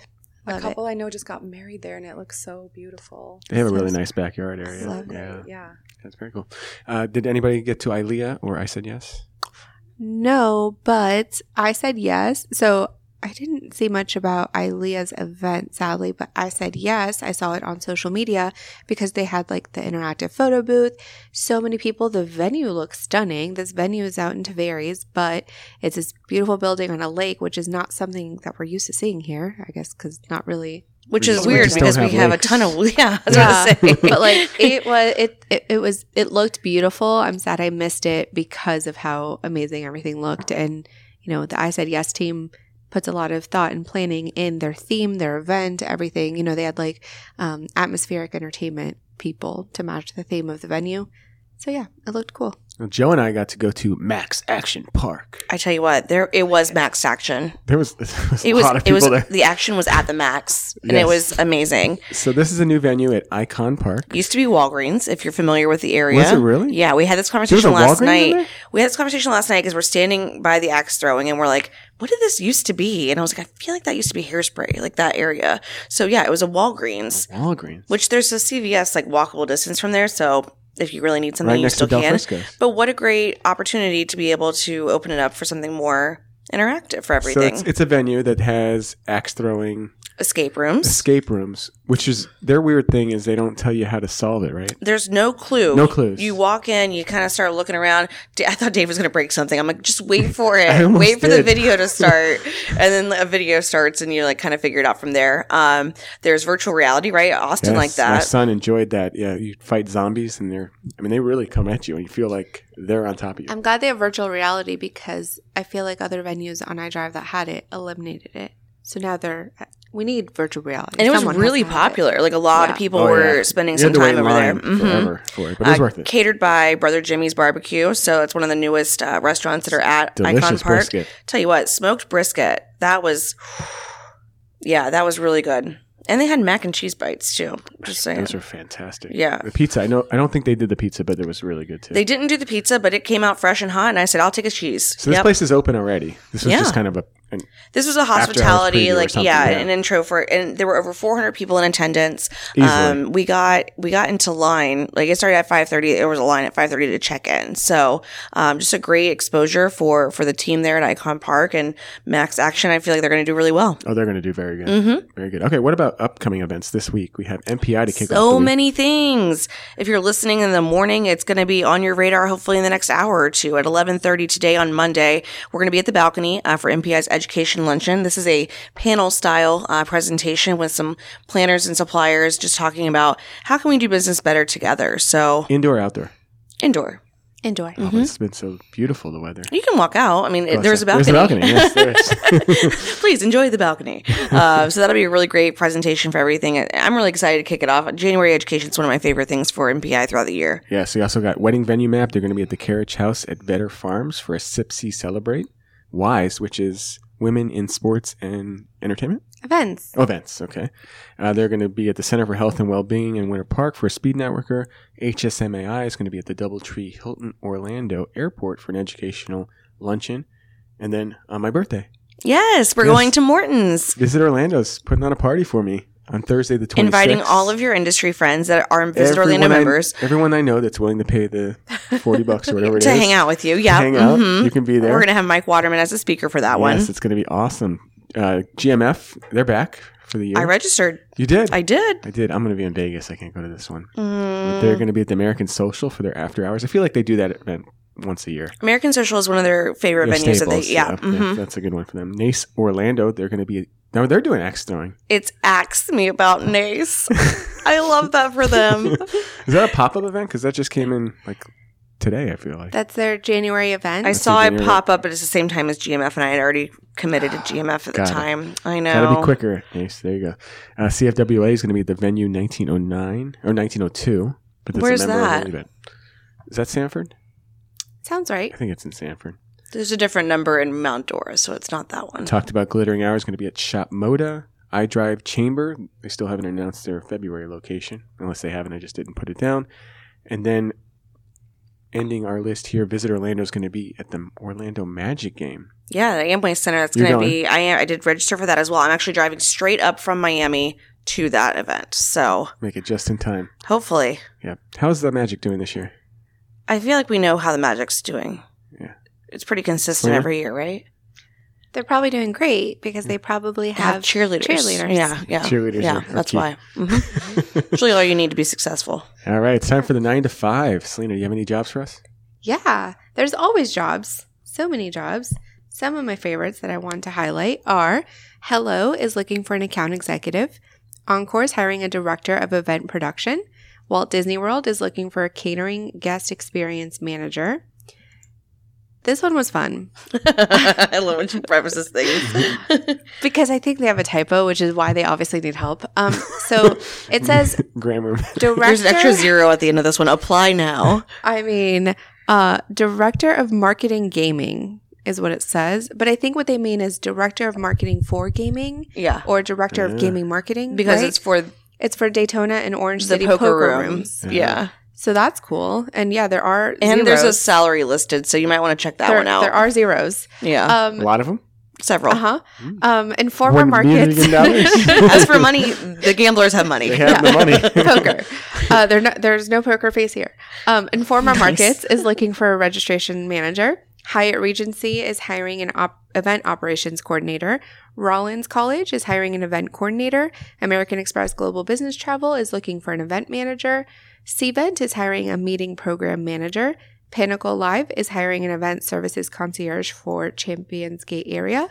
[SPEAKER 7] A
[SPEAKER 3] Love
[SPEAKER 7] couple I know just got married there and it looks so beautiful.
[SPEAKER 2] They have a
[SPEAKER 7] So
[SPEAKER 2] really
[SPEAKER 7] sweet.
[SPEAKER 2] nice backyard area.
[SPEAKER 3] Lovely,
[SPEAKER 2] Yeah,
[SPEAKER 7] Yeah.
[SPEAKER 2] that's very cool. Uh, did anybody get to Ilea or I said yes?
[SPEAKER 3] It. No, but I said yes. So I didn't see much about Ilea's event, sadly, but I said yes. I saw it on social media because they had like the interactive photo booth. So many people. The venue looks stunning. This venue is out in Tavares, but It's this beautiful building on a lake, which is not something that we're used to seeing here, I guess, because not really.
[SPEAKER 4] Which
[SPEAKER 2] We
[SPEAKER 4] is
[SPEAKER 2] just-
[SPEAKER 3] we
[SPEAKER 4] weird
[SPEAKER 3] just don't
[SPEAKER 4] because
[SPEAKER 2] have
[SPEAKER 4] we have
[SPEAKER 2] lakes.
[SPEAKER 4] a ton of yeah. I was yeah.
[SPEAKER 2] Yeah.
[SPEAKER 4] Gonna say.
[SPEAKER 3] But like it was, it, it it was it looked beautiful. I'm sad I missed it because of how amazing everything looked, and you know the I said yes team puts a lot of thought and planning in their theme, their event, everything. You know they had like um, atmospheric entertainment people to match the theme of the venue. So yeah, it looked cool.
[SPEAKER 2] Well, Joe and I got to go to Max Action Park.
[SPEAKER 4] I tell you what, there it was max action.
[SPEAKER 2] There was, there was
[SPEAKER 4] It
[SPEAKER 2] a
[SPEAKER 4] was
[SPEAKER 2] lot of
[SPEAKER 4] it
[SPEAKER 2] people
[SPEAKER 4] was
[SPEAKER 2] there.
[SPEAKER 4] the action was at the max and
[SPEAKER 2] Yes.
[SPEAKER 4] it was amazing.
[SPEAKER 2] So this is a new venue at Icon Park.
[SPEAKER 4] Used to be Walgreens if you're familiar with the area.
[SPEAKER 2] Was it really?
[SPEAKER 4] Yeah, we had this
[SPEAKER 2] There was a
[SPEAKER 4] conversation
[SPEAKER 2] Walgreens
[SPEAKER 4] last
[SPEAKER 2] in
[SPEAKER 4] night.
[SPEAKER 2] there?
[SPEAKER 4] We had this conversation last night because we're standing by the axe throwing and we're like, what did this used to be? And I was like, I feel like that used to be hairspray, like that area. So yeah, it was a Walgreens,
[SPEAKER 2] Walgreens.
[SPEAKER 4] which there's a CVS like walkable distance from there. So if you really need something,
[SPEAKER 2] right
[SPEAKER 4] you
[SPEAKER 2] next to
[SPEAKER 4] still
[SPEAKER 2] Del
[SPEAKER 4] can.
[SPEAKER 2] Frisco's.
[SPEAKER 4] But what a great opportunity to be able to open it up for something more interactive for
[SPEAKER 2] So
[SPEAKER 4] everything.
[SPEAKER 2] it's, it's a venue that has axe throwing,
[SPEAKER 4] Escape rooms.
[SPEAKER 2] escape rooms, which is their weird thing is they don't tell you how to solve it, right?
[SPEAKER 4] There's no clue.
[SPEAKER 2] No clues.
[SPEAKER 4] You walk in, you kind of start looking around. Da- I thought Dave was going to break something. I'm like, just wait for
[SPEAKER 2] I
[SPEAKER 4] it.
[SPEAKER 2] almost
[SPEAKER 4] wait for the
[SPEAKER 2] did.
[SPEAKER 4] video to start. and then a video starts and you like kind of figure it out from there. Um, there's virtual reality, right? Austin like
[SPEAKER 2] Yes, My
[SPEAKER 4] that.
[SPEAKER 2] son enjoyed that. Yeah, you fight zombies and they're I mean they really come at you and you feel like they're on top of you.
[SPEAKER 3] I'm glad they have virtual reality because I feel like other venues on iDrive that had it eliminated it. So now they're uh, we need virtual reality.
[SPEAKER 4] And it was
[SPEAKER 3] Someone has
[SPEAKER 4] really
[SPEAKER 3] to have it.
[SPEAKER 4] popular. Like a lot of
[SPEAKER 3] Yeah.
[SPEAKER 4] people
[SPEAKER 2] Oh,
[SPEAKER 4] were
[SPEAKER 2] yeah.
[SPEAKER 4] spending
[SPEAKER 2] You
[SPEAKER 4] some
[SPEAKER 2] had to wait
[SPEAKER 4] time
[SPEAKER 2] in
[SPEAKER 4] over there.
[SPEAKER 2] line
[SPEAKER 4] Mhm.
[SPEAKER 2] forever for it, but it was
[SPEAKER 4] Uh,
[SPEAKER 2] worth it.
[SPEAKER 4] Catered by Brother Jimmy's Barbecue. So it's one of the newest uh, restaurants that are at Icon
[SPEAKER 2] Delicious
[SPEAKER 4] Park.
[SPEAKER 2] brisket.
[SPEAKER 4] Tell you what, smoked brisket. That was, yeah, that was really good. And they had mac and cheese bites too. Just saying.
[SPEAKER 2] Those are fantastic.
[SPEAKER 4] Yeah.
[SPEAKER 2] The pizza, I know I don't think they did the pizza, but it was really good too.
[SPEAKER 4] They didn't do the pizza, but it came out fresh and hot. And I said, I'll take a cheese.
[SPEAKER 2] so this
[SPEAKER 4] Yep.
[SPEAKER 2] place is open already. This was just
[SPEAKER 4] Yeah.
[SPEAKER 2] kind of a an,
[SPEAKER 4] This was a
[SPEAKER 2] hours
[SPEAKER 4] hospitality,
[SPEAKER 2] preview or
[SPEAKER 4] like
[SPEAKER 2] something,
[SPEAKER 4] yeah,
[SPEAKER 2] yeah.
[SPEAKER 4] an intro for, and there were over 400 people in attendance.
[SPEAKER 2] Easily.
[SPEAKER 4] Um, we got we got into line. Like it started at 5:30. There was a line at 5:30 to check in. So um, just a great exposure for for the team there at Icon Park and Max Action. I feel like they're going to do really well.
[SPEAKER 2] Oh, they're going to do very good.
[SPEAKER 4] hmm
[SPEAKER 2] Very good. Okay, what about upcoming events this week? We have MPI to kick off. the
[SPEAKER 4] so
[SPEAKER 2] week.
[SPEAKER 4] many things. If you're listening in the morning, it's going to be on your radar. Hopefully, in the next hour or two, at 11:30 today on Monday, we're going to be at the balcony uh, for MPI's Education Luncheon. This is a panel-style uh, presentation with some planners and suppliers, just talking about how can we do business better together. So
[SPEAKER 2] Indoor, outdoor.
[SPEAKER 4] indoor,
[SPEAKER 3] Indoor.
[SPEAKER 2] Oh, but it's been so beautiful the weather. Oh,
[SPEAKER 4] you can walk out. I mean, it- Mm-hmm. there's a balcony.
[SPEAKER 2] There's a balcony. Yes, there is.
[SPEAKER 4] Please enjoy the balcony. Uh, so that'll be a really great presentation for everything. I'm really excited to kick it off. January education is one of my favorite things for MPI throughout the year.
[SPEAKER 2] Yeah, so you also got wedding venue map. They're going to be at the Carriage House at Vetter Farms for a Sipsy Celebrate. WISE, which is Women in Sports and Entertainment
[SPEAKER 3] Events.
[SPEAKER 2] Oh, events. Okay, uh, they're going to be at the Center for Health and Wellbeing in Winter Park for a Speed Networker. HSMAI is going to be at the DoubleTree Hilton Orlando Airport for an educational luncheon, and then on my birthday,
[SPEAKER 4] Yes, we're
[SPEAKER 2] Yes.
[SPEAKER 4] going to Morton's.
[SPEAKER 2] Visit Orlando's putting on a party for me on Thursday the 26th.
[SPEAKER 4] inviting all of your industry friends that are Visit
[SPEAKER 2] Everyone
[SPEAKER 4] Orlando
[SPEAKER 2] I-
[SPEAKER 4] members
[SPEAKER 2] everyone I know that's willing to pay the forty bucks or whatever it is
[SPEAKER 4] to hang out with you. Yeah,
[SPEAKER 2] hang out.
[SPEAKER 4] mhm.
[SPEAKER 2] You can be there.
[SPEAKER 4] We're gonna have Mike Waterman as a speaker for that
[SPEAKER 2] yes,
[SPEAKER 4] one.
[SPEAKER 2] it's going to be awesome. Uh, GMF, they're back for the year?
[SPEAKER 4] I registered.
[SPEAKER 2] You did.
[SPEAKER 4] I did.
[SPEAKER 2] I did. I'm going to be in Vegas. I can't go to this one. But
[SPEAKER 4] Mm.
[SPEAKER 2] they're going to be at the American Social for their after hours. I feel like they do that event once a year.
[SPEAKER 4] American Social is one of their favorite
[SPEAKER 2] They're
[SPEAKER 4] venues that
[SPEAKER 2] staples,
[SPEAKER 4] they yeah.
[SPEAKER 2] yeah.
[SPEAKER 4] hmm
[SPEAKER 2] That's a good one for them. Nace Orlando. They're going to be. No, they're doing axe throwing.
[SPEAKER 4] It's asked me about Nace. I love that for them.
[SPEAKER 2] Is that a pop up event? Because that just came in like today. I feel like.
[SPEAKER 3] That's their January event.
[SPEAKER 4] I saw
[SPEAKER 2] a
[SPEAKER 4] it
[SPEAKER 2] January-
[SPEAKER 4] pop up, but it's the same time as GMF, and I had already committed to GMF at the
[SPEAKER 2] Got it.
[SPEAKER 4] time. I know.
[SPEAKER 2] Gotta be quicker. Nace. There you go. Uh, CFWA is going to be at the venue 1909 or 1902. But that's
[SPEAKER 4] Where's
[SPEAKER 2] a member
[SPEAKER 4] that?
[SPEAKER 2] only event. Is that Sanford?
[SPEAKER 3] Sounds right.
[SPEAKER 2] I think it's in Sanford.
[SPEAKER 4] There's a different number in Mount Dora, so it's not that one.
[SPEAKER 2] Talked about Glittering Hour is going to be at Shop Moda. I Drive Chamber. They still haven't announced their February location, unless they haven't. I just didn't put it down. And then ending our list here, Visit Orlando is going to be at the Orlando Magic game.
[SPEAKER 4] Yeah, the Amway Center. That's
[SPEAKER 2] You're
[SPEAKER 4] going to be. I am, I did register for that as well. I'm actually driving straight up from Miami to that event. So
[SPEAKER 2] Make it just in time.
[SPEAKER 4] hopefully,
[SPEAKER 2] Yep. How's the Magic doing this year?
[SPEAKER 4] I feel like we know how the Magic's doing.
[SPEAKER 2] Yeah.
[SPEAKER 4] It's pretty consistent
[SPEAKER 2] Yeah.
[SPEAKER 4] every year, right?
[SPEAKER 3] They're probably doing great because they probably
[SPEAKER 4] They have,
[SPEAKER 3] have
[SPEAKER 4] cheerleaders.
[SPEAKER 3] cheerleaders.
[SPEAKER 4] Yeah, yeah.
[SPEAKER 2] Cheerleaders
[SPEAKER 4] Yeah,
[SPEAKER 2] are- are
[SPEAKER 4] that's
[SPEAKER 2] key.
[SPEAKER 4] why. Mhm. It's really all you need to be successful.
[SPEAKER 2] All right, it's time for the nine to five. Selena, do you have any jobs for us?
[SPEAKER 3] Yeah, there's always jobs. So many jobs. Some of my favorites that I want to highlight are Hello is looking for an account executive, Encore is hiring a director of event production, Walt Disney World is looking for a catering guest experience manager. This one was fun
[SPEAKER 4] I love when she prefaces things.
[SPEAKER 3] because I think they have a typo, which is why they obviously need help. Um, so it says
[SPEAKER 2] Grammar.
[SPEAKER 3] director.
[SPEAKER 4] There's an extra zero at the end of this one. Apply now.
[SPEAKER 3] I mean, uh, director of marketing gaming is what it says, but I think what they mean is director of marketing for gaming
[SPEAKER 4] Yeah.
[SPEAKER 3] or director
[SPEAKER 2] Yeah.
[SPEAKER 3] of gaming marketing
[SPEAKER 4] Because
[SPEAKER 3] right?
[SPEAKER 4] it's for
[SPEAKER 3] it's for Daytona and Orange
[SPEAKER 4] the
[SPEAKER 3] City
[SPEAKER 4] poker,
[SPEAKER 3] poker,
[SPEAKER 4] room.
[SPEAKER 3] rooms.
[SPEAKER 2] Yeah.
[SPEAKER 4] Yeah.
[SPEAKER 3] So that's cool, and yeah, there are
[SPEAKER 4] And there's a
[SPEAKER 3] zeros.
[SPEAKER 4] salary listed, so you might want to check that
[SPEAKER 3] there,
[SPEAKER 4] one out.
[SPEAKER 3] there are zeros.
[SPEAKER 4] yeah.
[SPEAKER 2] A
[SPEAKER 3] Um,
[SPEAKER 2] lot of them.
[SPEAKER 4] Several.
[SPEAKER 3] uh huh.
[SPEAKER 2] Hmm.
[SPEAKER 3] Um, and former markets.
[SPEAKER 4] As for money, the gamblers have money.
[SPEAKER 2] They have the money.
[SPEAKER 3] poker. Uh, there no, there's no poker face here. Um, Informa
[SPEAKER 4] Nice.
[SPEAKER 3] Markets is looking for a registration manager. Hyatt Regency is hiring an op- event operations coordinator. Rollins College is hiring an event coordinator. American Express Global Business Travel is looking for an event manager. Cvent is hiring a meeting program manager. Pinnacle Live is hiring an event services concierge for Champions Gate area.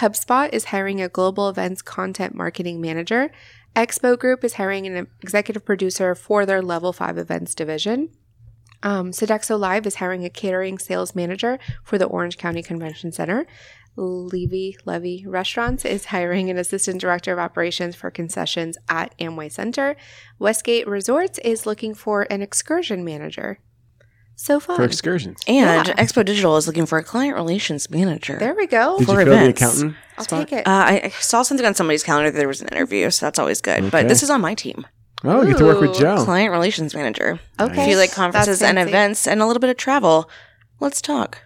[SPEAKER 3] HubSpot is hiring a global events content marketing manager. Expo Group is hiring an executive producer for their Level 5 events division. Um, Sodexo Live is hiring a catering sales manager for the Orange County Convention Center. Levy Levy Restaurants is hiring an assistant director of operations for concessions at Amway Center. Westgate Resorts is looking for an excursion manager. So fun.
[SPEAKER 2] for excursions.
[SPEAKER 4] And
[SPEAKER 3] Yeah.
[SPEAKER 4] Expo Digital is looking for a client relations manager.
[SPEAKER 3] there we go.
[SPEAKER 2] Did you
[SPEAKER 4] for
[SPEAKER 2] fill the
[SPEAKER 4] events.
[SPEAKER 2] accountant?
[SPEAKER 3] I'll
[SPEAKER 2] spot?
[SPEAKER 3] take it.
[SPEAKER 4] Uh, I, I saw something on somebody's calendar that there was an interview, so that's always good.
[SPEAKER 2] Okay.
[SPEAKER 4] But this is on my team.
[SPEAKER 2] Oh, you get to work with
[SPEAKER 3] Ooh,
[SPEAKER 2] Joe.
[SPEAKER 4] Client relations manager.
[SPEAKER 3] okay.
[SPEAKER 4] If you like
[SPEAKER 3] That's
[SPEAKER 4] conferences and
[SPEAKER 3] fancy.
[SPEAKER 4] events and a little bit of travel, let's talk.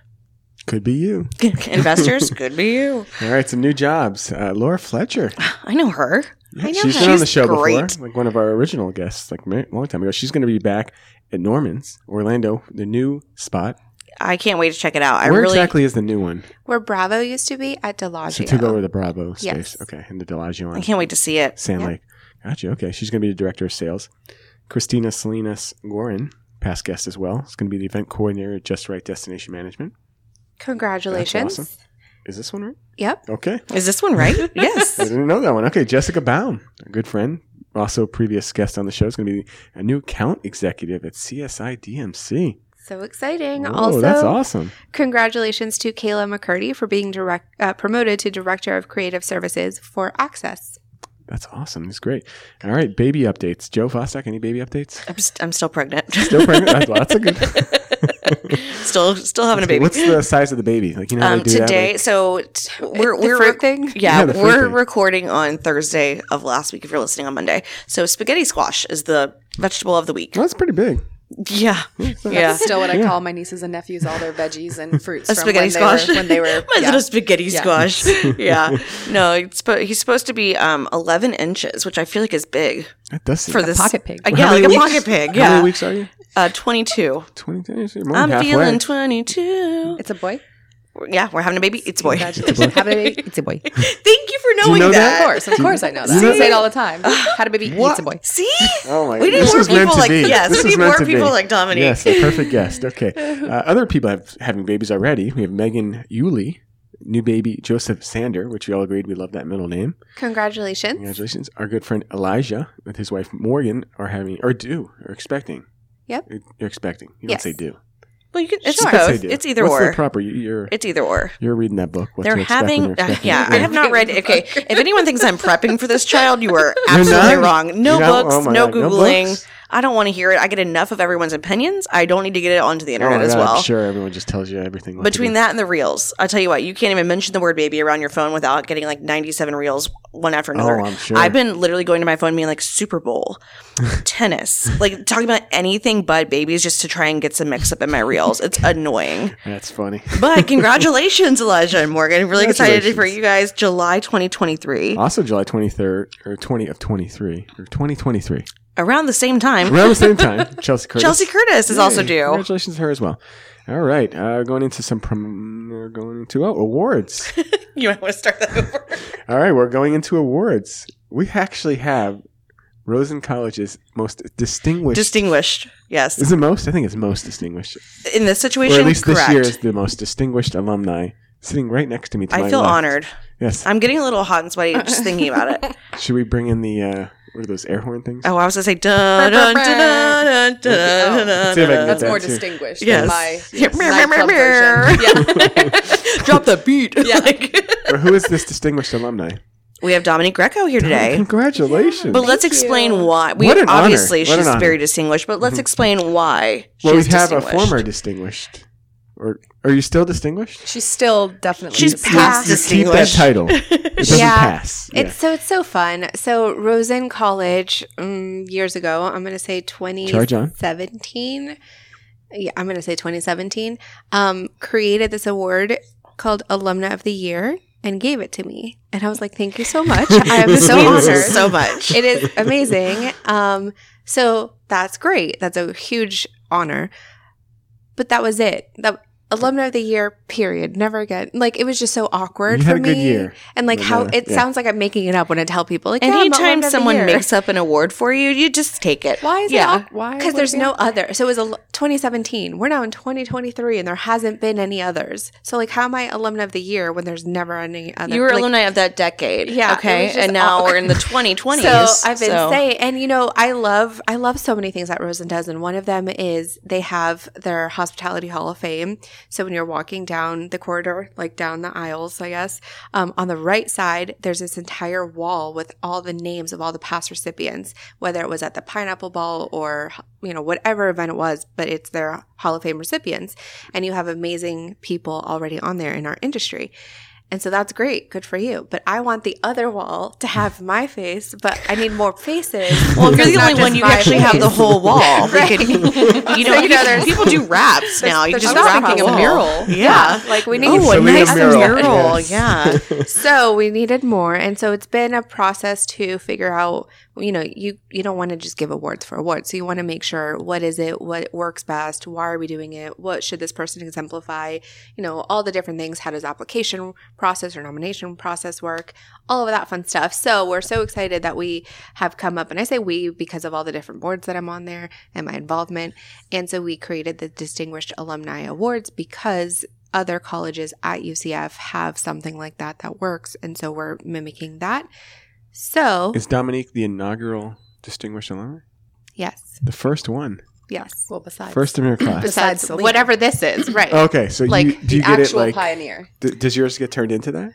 [SPEAKER 2] Could be you.
[SPEAKER 4] Investors could be you.
[SPEAKER 2] All right, some new jobs. Uh, Laura Fletcher.
[SPEAKER 4] I know her.
[SPEAKER 3] I know
[SPEAKER 2] She's
[SPEAKER 3] her.
[SPEAKER 2] been on the
[SPEAKER 4] She's
[SPEAKER 2] show
[SPEAKER 4] great.
[SPEAKER 2] before, like one of our original guests, like a long time ago. She's going to be back at Norman's, Orlando, the new spot.
[SPEAKER 4] I can't wait to check it out. I
[SPEAKER 2] Where
[SPEAKER 4] really
[SPEAKER 2] exactly is the new one?
[SPEAKER 3] Where Bravo used to be at
[SPEAKER 2] She
[SPEAKER 3] Delagio.
[SPEAKER 2] took over the Bravo space.
[SPEAKER 3] Yes.
[SPEAKER 2] Okay, and the Delagio
[SPEAKER 4] I
[SPEAKER 2] on
[SPEAKER 4] can't wait to see it.
[SPEAKER 2] Sand
[SPEAKER 3] Yeah.
[SPEAKER 2] Lake. Gotcha. Okay, she's going to be the director of sales. Christina Salinas Gorin, past guest as well, is going to be the event coordinator at Just Right Destination Management.
[SPEAKER 3] Congratulations.
[SPEAKER 2] That's awesome. Is this one right?
[SPEAKER 3] Yep.
[SPEAKER 2] Okay.
[SPEAKER 4] Is this one right? yes.
[SPEAKER 2] I didn't know that one. Okay, Jessica Baum, a good friend, also previous guest on the show, is going to be a new account executive at CSI DMC.
[SPEAKER 3] So exciting.
[SPEAKER 2] Oh,
[SPEAKER 3] also,
[SPEAKER 2] that's awesome.
[SPEAKER 3] congratulations to Kayla McCurdy for being direct, uh, promoted to Director of Creative Services for Access.
[SPEAKER 2] That's awesome. That's great. All right, baby updates. Joe Fossack, any baby updates?
[SPEAKER 4] I'm, st- I'm still pregnant.
[SPEAKER 2] Still pregnant? That's- that's a good-
[SPEAKER 4] still, still having a baby.
[SPEAKER 2] What's the size of the baby? Like you know how
[SPEAKER 4] um,
[SPEAKER 2] they do
[SPEAKER 4] today,
[SPEAKER 2] that.
[SPEAKER 4] so t- we're
[SPEAKER 3] The
[SPEAKER 4] we're
[SPEAKER 3] fruit
[SPEAKER 4] rec-
[SPEAKER 3] thing?
[SPEAKER 4] Yeah,
[SPEAKER 2] Yeah, the fruit
[SPEAKER 4] we're
[SPEAKER 2] thing.
[SPEAKER 4] recording on Thursday of last week. If you're listening on Monday, so spaghetti squash is the vegetable of the week.
[SPEAKER 2] Like, that's pretty big.
[SPEAKER 4] Yeah, yeah.
[SPEAKER 7] That's still what I
[SPEAKER 2] Mm-hmm. Yeah.
[SPEAKER 7] call my nieces and nephews all their veggies and fruits
[SPEAKER 4] A
[SPEAKER 7] from
[SPEAKER 4] spaghetti
[SPEAKER 7] when they were-
[SPEAKER 4] squash.
[SPEAKER 7] when they were.
[SPEAKER 4] My
[SPEAKER 7] yeah.
[SPEAKER 4] little spaghetti squash. yeah. No, it's, spo- he's supposed to be um, 11 inches, which I feel like is big
[SPEAKER 2] That does seem
[SPEAKER 4] for this.
[SPEAKER 7] pocket pig.
[SPEAKER 4] Uh,
[SPEAKER 2] How
[SPEAKER 4] yeah,
[SPEAKER 2] many
[SPEAKER 4] like a
[SPEAKER 2] weeks-
[SPEAKER 4] pocket pig.
[SPEAKER 2] How many
[SPEAKER 4] Yeah.
[SPEAKER 2] weeks are you?
[SPEAKER 4] Uh, 22.
[SPEAKER 2] Twenty. More than
[SPEAKER 4] I'm
[SPEAKER 2] halfway.
[SPEAKER 4] feeling 22.
[SPEAKER 7] It's a boy.
[SPEAKER 4] yeah, we're having a baby. It's a boy.
[SPEAKER 7] Congratulations. Have a baby. It's a boy.
[SPEAKER 4] Thank
[SPEAKER 7] Of
[SPEAKER 4] you for
[SPEAKER 2] you
[SPEAKER 4] knowing
[SPEAKER 2] know
[SPEAKER 4] that.
[SPEAKER 2] that?
[SPEAKER 7] course. Of course I know that.
[SPEAKER 2] You know
[SPEAKER 7] Uh, I say it all the time. Had a baby.
[SPEAKER 2] What?
[SPEAKER 7] It's a boy.
[SPEAKER 4] See?
[SPEAKER 2] Oh my!
[SPEAKER 4] We need
[SPEAKER 2] this
[SPEAKER 4] more
[SPEAKER 2] was meant
[SPEAKER 4] people
[SPEAKER 2] to
[SPEAKER 4] like-
[SPEAKER 2] be.
[SPEAKER 4] yes,
[SPEAKER 2] This
[SPEAKER 4] we
[SPEAKER 2] was
[SPEAKER 4] need
[SPEAKER 2] meant
[SPEAKER 4] more
[SPEAKER 2] to be.
[SPEAKER 4] people like Dominique.
[SPEAKER 2] Yes, the perfect guest. Okay, uh, other people have having babies already. We have Megan Yuli, new baby Joseph Sander, which we all agreed we love that middle name.
[SPEAKER 3] Congratulations.
[SPEAKER 2] Congratulations! Our good friend Elijah with his wife Morgan are having or do or expecting.
[SPEAKER 3] Yep.
[SPEAKER 2] You're expecting. You
[SPEAKER 3] Yes.
[SPEAKER 2] don't say do.
[SPEAKER 4] Well, you can, it's
[SPEAKER 2] You can
[SPEAKER 4] both.
[SPEAKER 2] say do.
[SPEAKER 4] It's either
[SPEAKER 2] What's
[SPEAKER 4] or.
[SPEAKER 2] The proper. you- You're
[SPEAKER 4] it's either or.
[SPEAKER 2] you're reading that book. What to
[SPEAKER 4] They're
[SPEAKER 2] expect when
[SPEAKER 4] having, uh,
[SPEAKER 2] you're expecting
[SPEAKER 4] yeah.
[SPEAKER 2] it.
[SPEAKER 4] I have not read. Okay, if anyone thinks I'm prepping for this child, you are
[SPEAKER 2] You're
[SPEAKER 4] absolutely
[SPEAKER 2] not?
[SPEAKER 4] wrong. No
[SPEAKER 2] You know?
[SPEAKER 4] books,
[SPEAKER 2] Oh my
[SPEAKER 4] no
[SPEAKER 2] God,
[SPEAKER 4] googling.
[SPEAKER 2] books?
[SPEAKER 4] I don't want to hear it. I get enough of everyone's opinions. I don't need to get it onto the
[SPEAKER 2] Oh
[SPEAKER 4] internet
[SPEAKER 2] my
[SPEAKER 4] as
[SPEAKER 2] God,
[SPEAKER 4] well.
[SPEAKER 2] I'm sure everyone just tells you everything. what to
[SPEAKER 4] Between
[SPEAKER 2] do.
[SPEAKER 4] that and the reels, I tell you what, you can't even mention the word baby around your phone without getting like 97 reels one after another.
[SPEAKER 2] oh, I'm sure.
[SPEAKER 4] I've been literally going to my phone, being like Super Bowl, tennis, like talking about anything but babies, just to try and get some mix up in my reels. It's annoying.
[SPEAKER 2] That's funny.
[SPEAKER 4] But congratulations, Elijah and Morgan. Really excited for
[SPEAKER 2] Congratulations.
[SPEAKER 4] you guys. July 2023,
[SPEAKER 2] Also, July 23rd or 20 of 23 or 2023.
[SPEAKER 4] around the same time,
[SPEAKER 2] Around the same time, Chelsea Curtis.
[SPEAKER 4] Chelsea Curtis is also
[SPEAKER 2] Yay.
[SPEAKER 4] due.
[SPEAKER 2] Congratulations to her as well. All right, uh, going into some prom- we're going into oh awards.
[SPEAKER 4] You might want to start that over.
[SPEAKER 2] All right, we're going into awards. We actually have Rosen College's most distinguished.
[SPEAKER 4] Distinguished, yes.
[SPEAKER 2] is it most? I think it's most distinguished,
[SPEAKER 4] In this
[SPEAKER 2] or
[SPEAKER 4] situation,
[SPEAKER 2] at least
[SPEAKER 4] correct.
[SPEAKER 2] this year is the most distinguished alumni sitting right next to me. To
[SPEAKER 4] I
[SPEAKER 2] my
[SPEAKER 4] feel
[SPEAKER 2] left.
[SPEAKER 4] honored.
[SPEAKER 2] Yes.
[SPEAKER 4] I'm getting a little hot and sweaty just thinking about it.
[SPEAKER 2] Should we bring in the uh, what are those air horn things?
[SPEAKER 4] Oh, I was gonna say dun dun dun dun dun dun dun.
[SPEAKER 2] Let's see if I can get
[SPEAKER 7] That's
[SPEAKER 2] that
[SPEAKER 7] more
[SPEAKER 2] too.
[SPEAKER 7] distinguished
[SPEAKER 4] Yes.
[SPEAKER 7] than my
[SPEAKER 4] Yes.
[SPEAKER 7] nightclub version. Yeah.
[SPEAKER 4] Drop the beat. Yeah.
[SPEAKER 2] or who is this distinguished alumni?
[SPEAKER 4] we have Dominique Greco here today.
[SPEAKER 2] Congratulations.
[SPEAKER 4] But let's explain why. We
[SPEAKER 2] What an honor.
[SPEAKER 4] obviously
[SPEAKER 2] What an
[SPEAKER 4] she's
[SPEAKER 2] honor. Mm-hmm.
[SPEAKER 4] very distinguished, but let's explain why.
[SPEAKER 2] well, we
[SPEAKER 4] she's
[SPEAKER 2] have a
[SPEAKER 4] distinguished.
[SPEAKER 2] former distinguished. Or are you still distinguished?
[SPEAKER 7] She's still definitely.
[SPEAKER 4] She's
[SPEAKER 2] You- you-
[SPEAKER 4] past
[SPEAKER 2] you keep that
[SPEAKER 4] distinguished.
[SPEAKER 2] title. It doesn't
[SPEAKER 3] Yeah.
[SPEAKER 2] pass.
[SPEAKER 3] It's so it's so fun. So Rosen College mm, years ago, I'm going to say
[SPEAKER 2] Charge on.
[SPEAKER 3] 2017. Yeah, I'm going to say 2017. Um, created this award called Alumna of the Year and gave it to me, and I was like, "Thank you so much. I am so
[SPEAKER 4] Means
[SPEAKER 3] honored."
[SPEAKER 4] so much.
[SPEAKER 3] it is amazing. Um, so that's great. That's a huge honor. But that was it. That alumni of the year. Period. Never again. Like it was just so awkward
[SPEAKER 2] You
[SPEAKER 3] for
[SPEAKER 2] had a
[SPEAKER 3] me.
[SPEAKER 2] good year.
[SPEAKER 3] And like
[SPEAKER 2] But,
[SPEAKER 3] how
[SPEAKER 2] uh,
[SPEAKER 3] it
[SPEAKER 2] yeah.
[SPEAKER 3] sounds like I'm making it up when I tell people. Like
[SPEAKER 4] Anytime someone makes up an award for you, you just take it.
[SPEAKER 7] why is
[SPEAKER 4] Yeah.
[SPEAKER 7] it? awk- Why?
[SPEAKER 3] because
[SPEAKER 7] would it
[SPEAKER 3] there's
[SPEAKER 7] be
[SPEAKER 3] no
[SPEAKER 7] awkward?
[SPEAKER 3] other. So it was a, l- 2017. We're now in 2023, and there hasn't been any others. So like, how am I alumna of the year when there's never any other?
[SPEAKER 4] You were
[SPEAKER 3] like,
[SPEAKER 4] alumni of that decade.
[SPEAKER 3] Yeah, it
[SPEAKER 4] Okay.
[SPEAKER 3] was just
[SPEAKER 4] And now
[SPEAKER 3] all-
[SPEAKER 4] we're in the 2020s.
[SPEAKER 3] So I've been
[SPEAKER 4] so-
[SPEAKER 3] saying, and you know, I love, I love so many things that Rosen does, and one of them is they have their hospitality hall of fame. So when you're walking down the corridor, like down the aisles, I guess, um, on the right side, there's this entire wall with all the names of all the past recipients, whether it was at the Pineapple Ball or you know whatever event it was, but it's their hall of fame recipients, and you have amazing people already on there in our industry. And so that's great. Good for you. But I want the other wall to have my face, but I need more faces.
[SPEAKER 4] Well,
[SPEAKER 3] So
[SPEAKER 4] if you're
[SPEAKER 3] it's
[SPEAKER 4] the
[SPEAKER 3] not
[SPEAKER 4] only
[SPEAKER 3] just
[SPEAKER 4] one, you
[SPEAKER 3] my
[SPEAKER 4] actually have
[SPEAKER 3] face.
[SPEAKER 4] the whole wall. You
[SPEAKER 3] Right.
[SPEAKER 4] could- you know,
[SPEAKER 3] you know, there's-
[SPEAKER 4] people do raps now. You
[SPEAKER 3] there's
[SPEAKER 4] just
[SPEAKER 3] not
[SPEAKER 4] wrap
[SPEAKER 3] a
[SPEAKER 4] a,
[SPEAKER 3] wall.
[SPEAKER 4] mural. Yeah.
[SPEAKER 3] Like we need
[SPEAKER 4] Oh, a
[SPEAKER 2] Selena
[SPEAKER 4] nice mural.
[SPEAKER 2] mural.
[SPEAKER 4] Yeah.
[SPEAKER 3] so we needed more and so it's been a process to figure out you know you you don't want to just give awards for awards so you want to make sure what is it what works best why are we doing it what should this person exemplify you know all the different things how does application process or nomination process work all of that fun stuff so we're so excited that we have come up and i say we because of all the different boards that i'm on there and my involvement and so we created the distinguished alumni awards because other colleges at UCF have something like that that works. And so we're mimicking that. So,
[SPEAKER 2] Is Dominique the inaugural distinguished alumni?
[SPEAKER 3] yes,
[SPEAKER 2] The first one.
[SPEAKER 3] yes.
[SPEAKER 7] Well, besides.
[SPEAKER 2] First in her class.
[SPEAKER 7] Besides
[SPEAKER 3] Besides
[SPEAKER 7] Selena.
[SPEAKER 3] whatever this is, right.
[SPEAKER 2] Okay, so
[SPEAKER 3] Like,
[SPEAKER 2] you, do you
[SPEAKER 7] the
[SPEAKER 2] get it
[SPEAKER 7] actual
[SPEAKER 2] like
[SPEAKER 7] pioneer.
[SPEAKER 2] d- does yours get turned into that?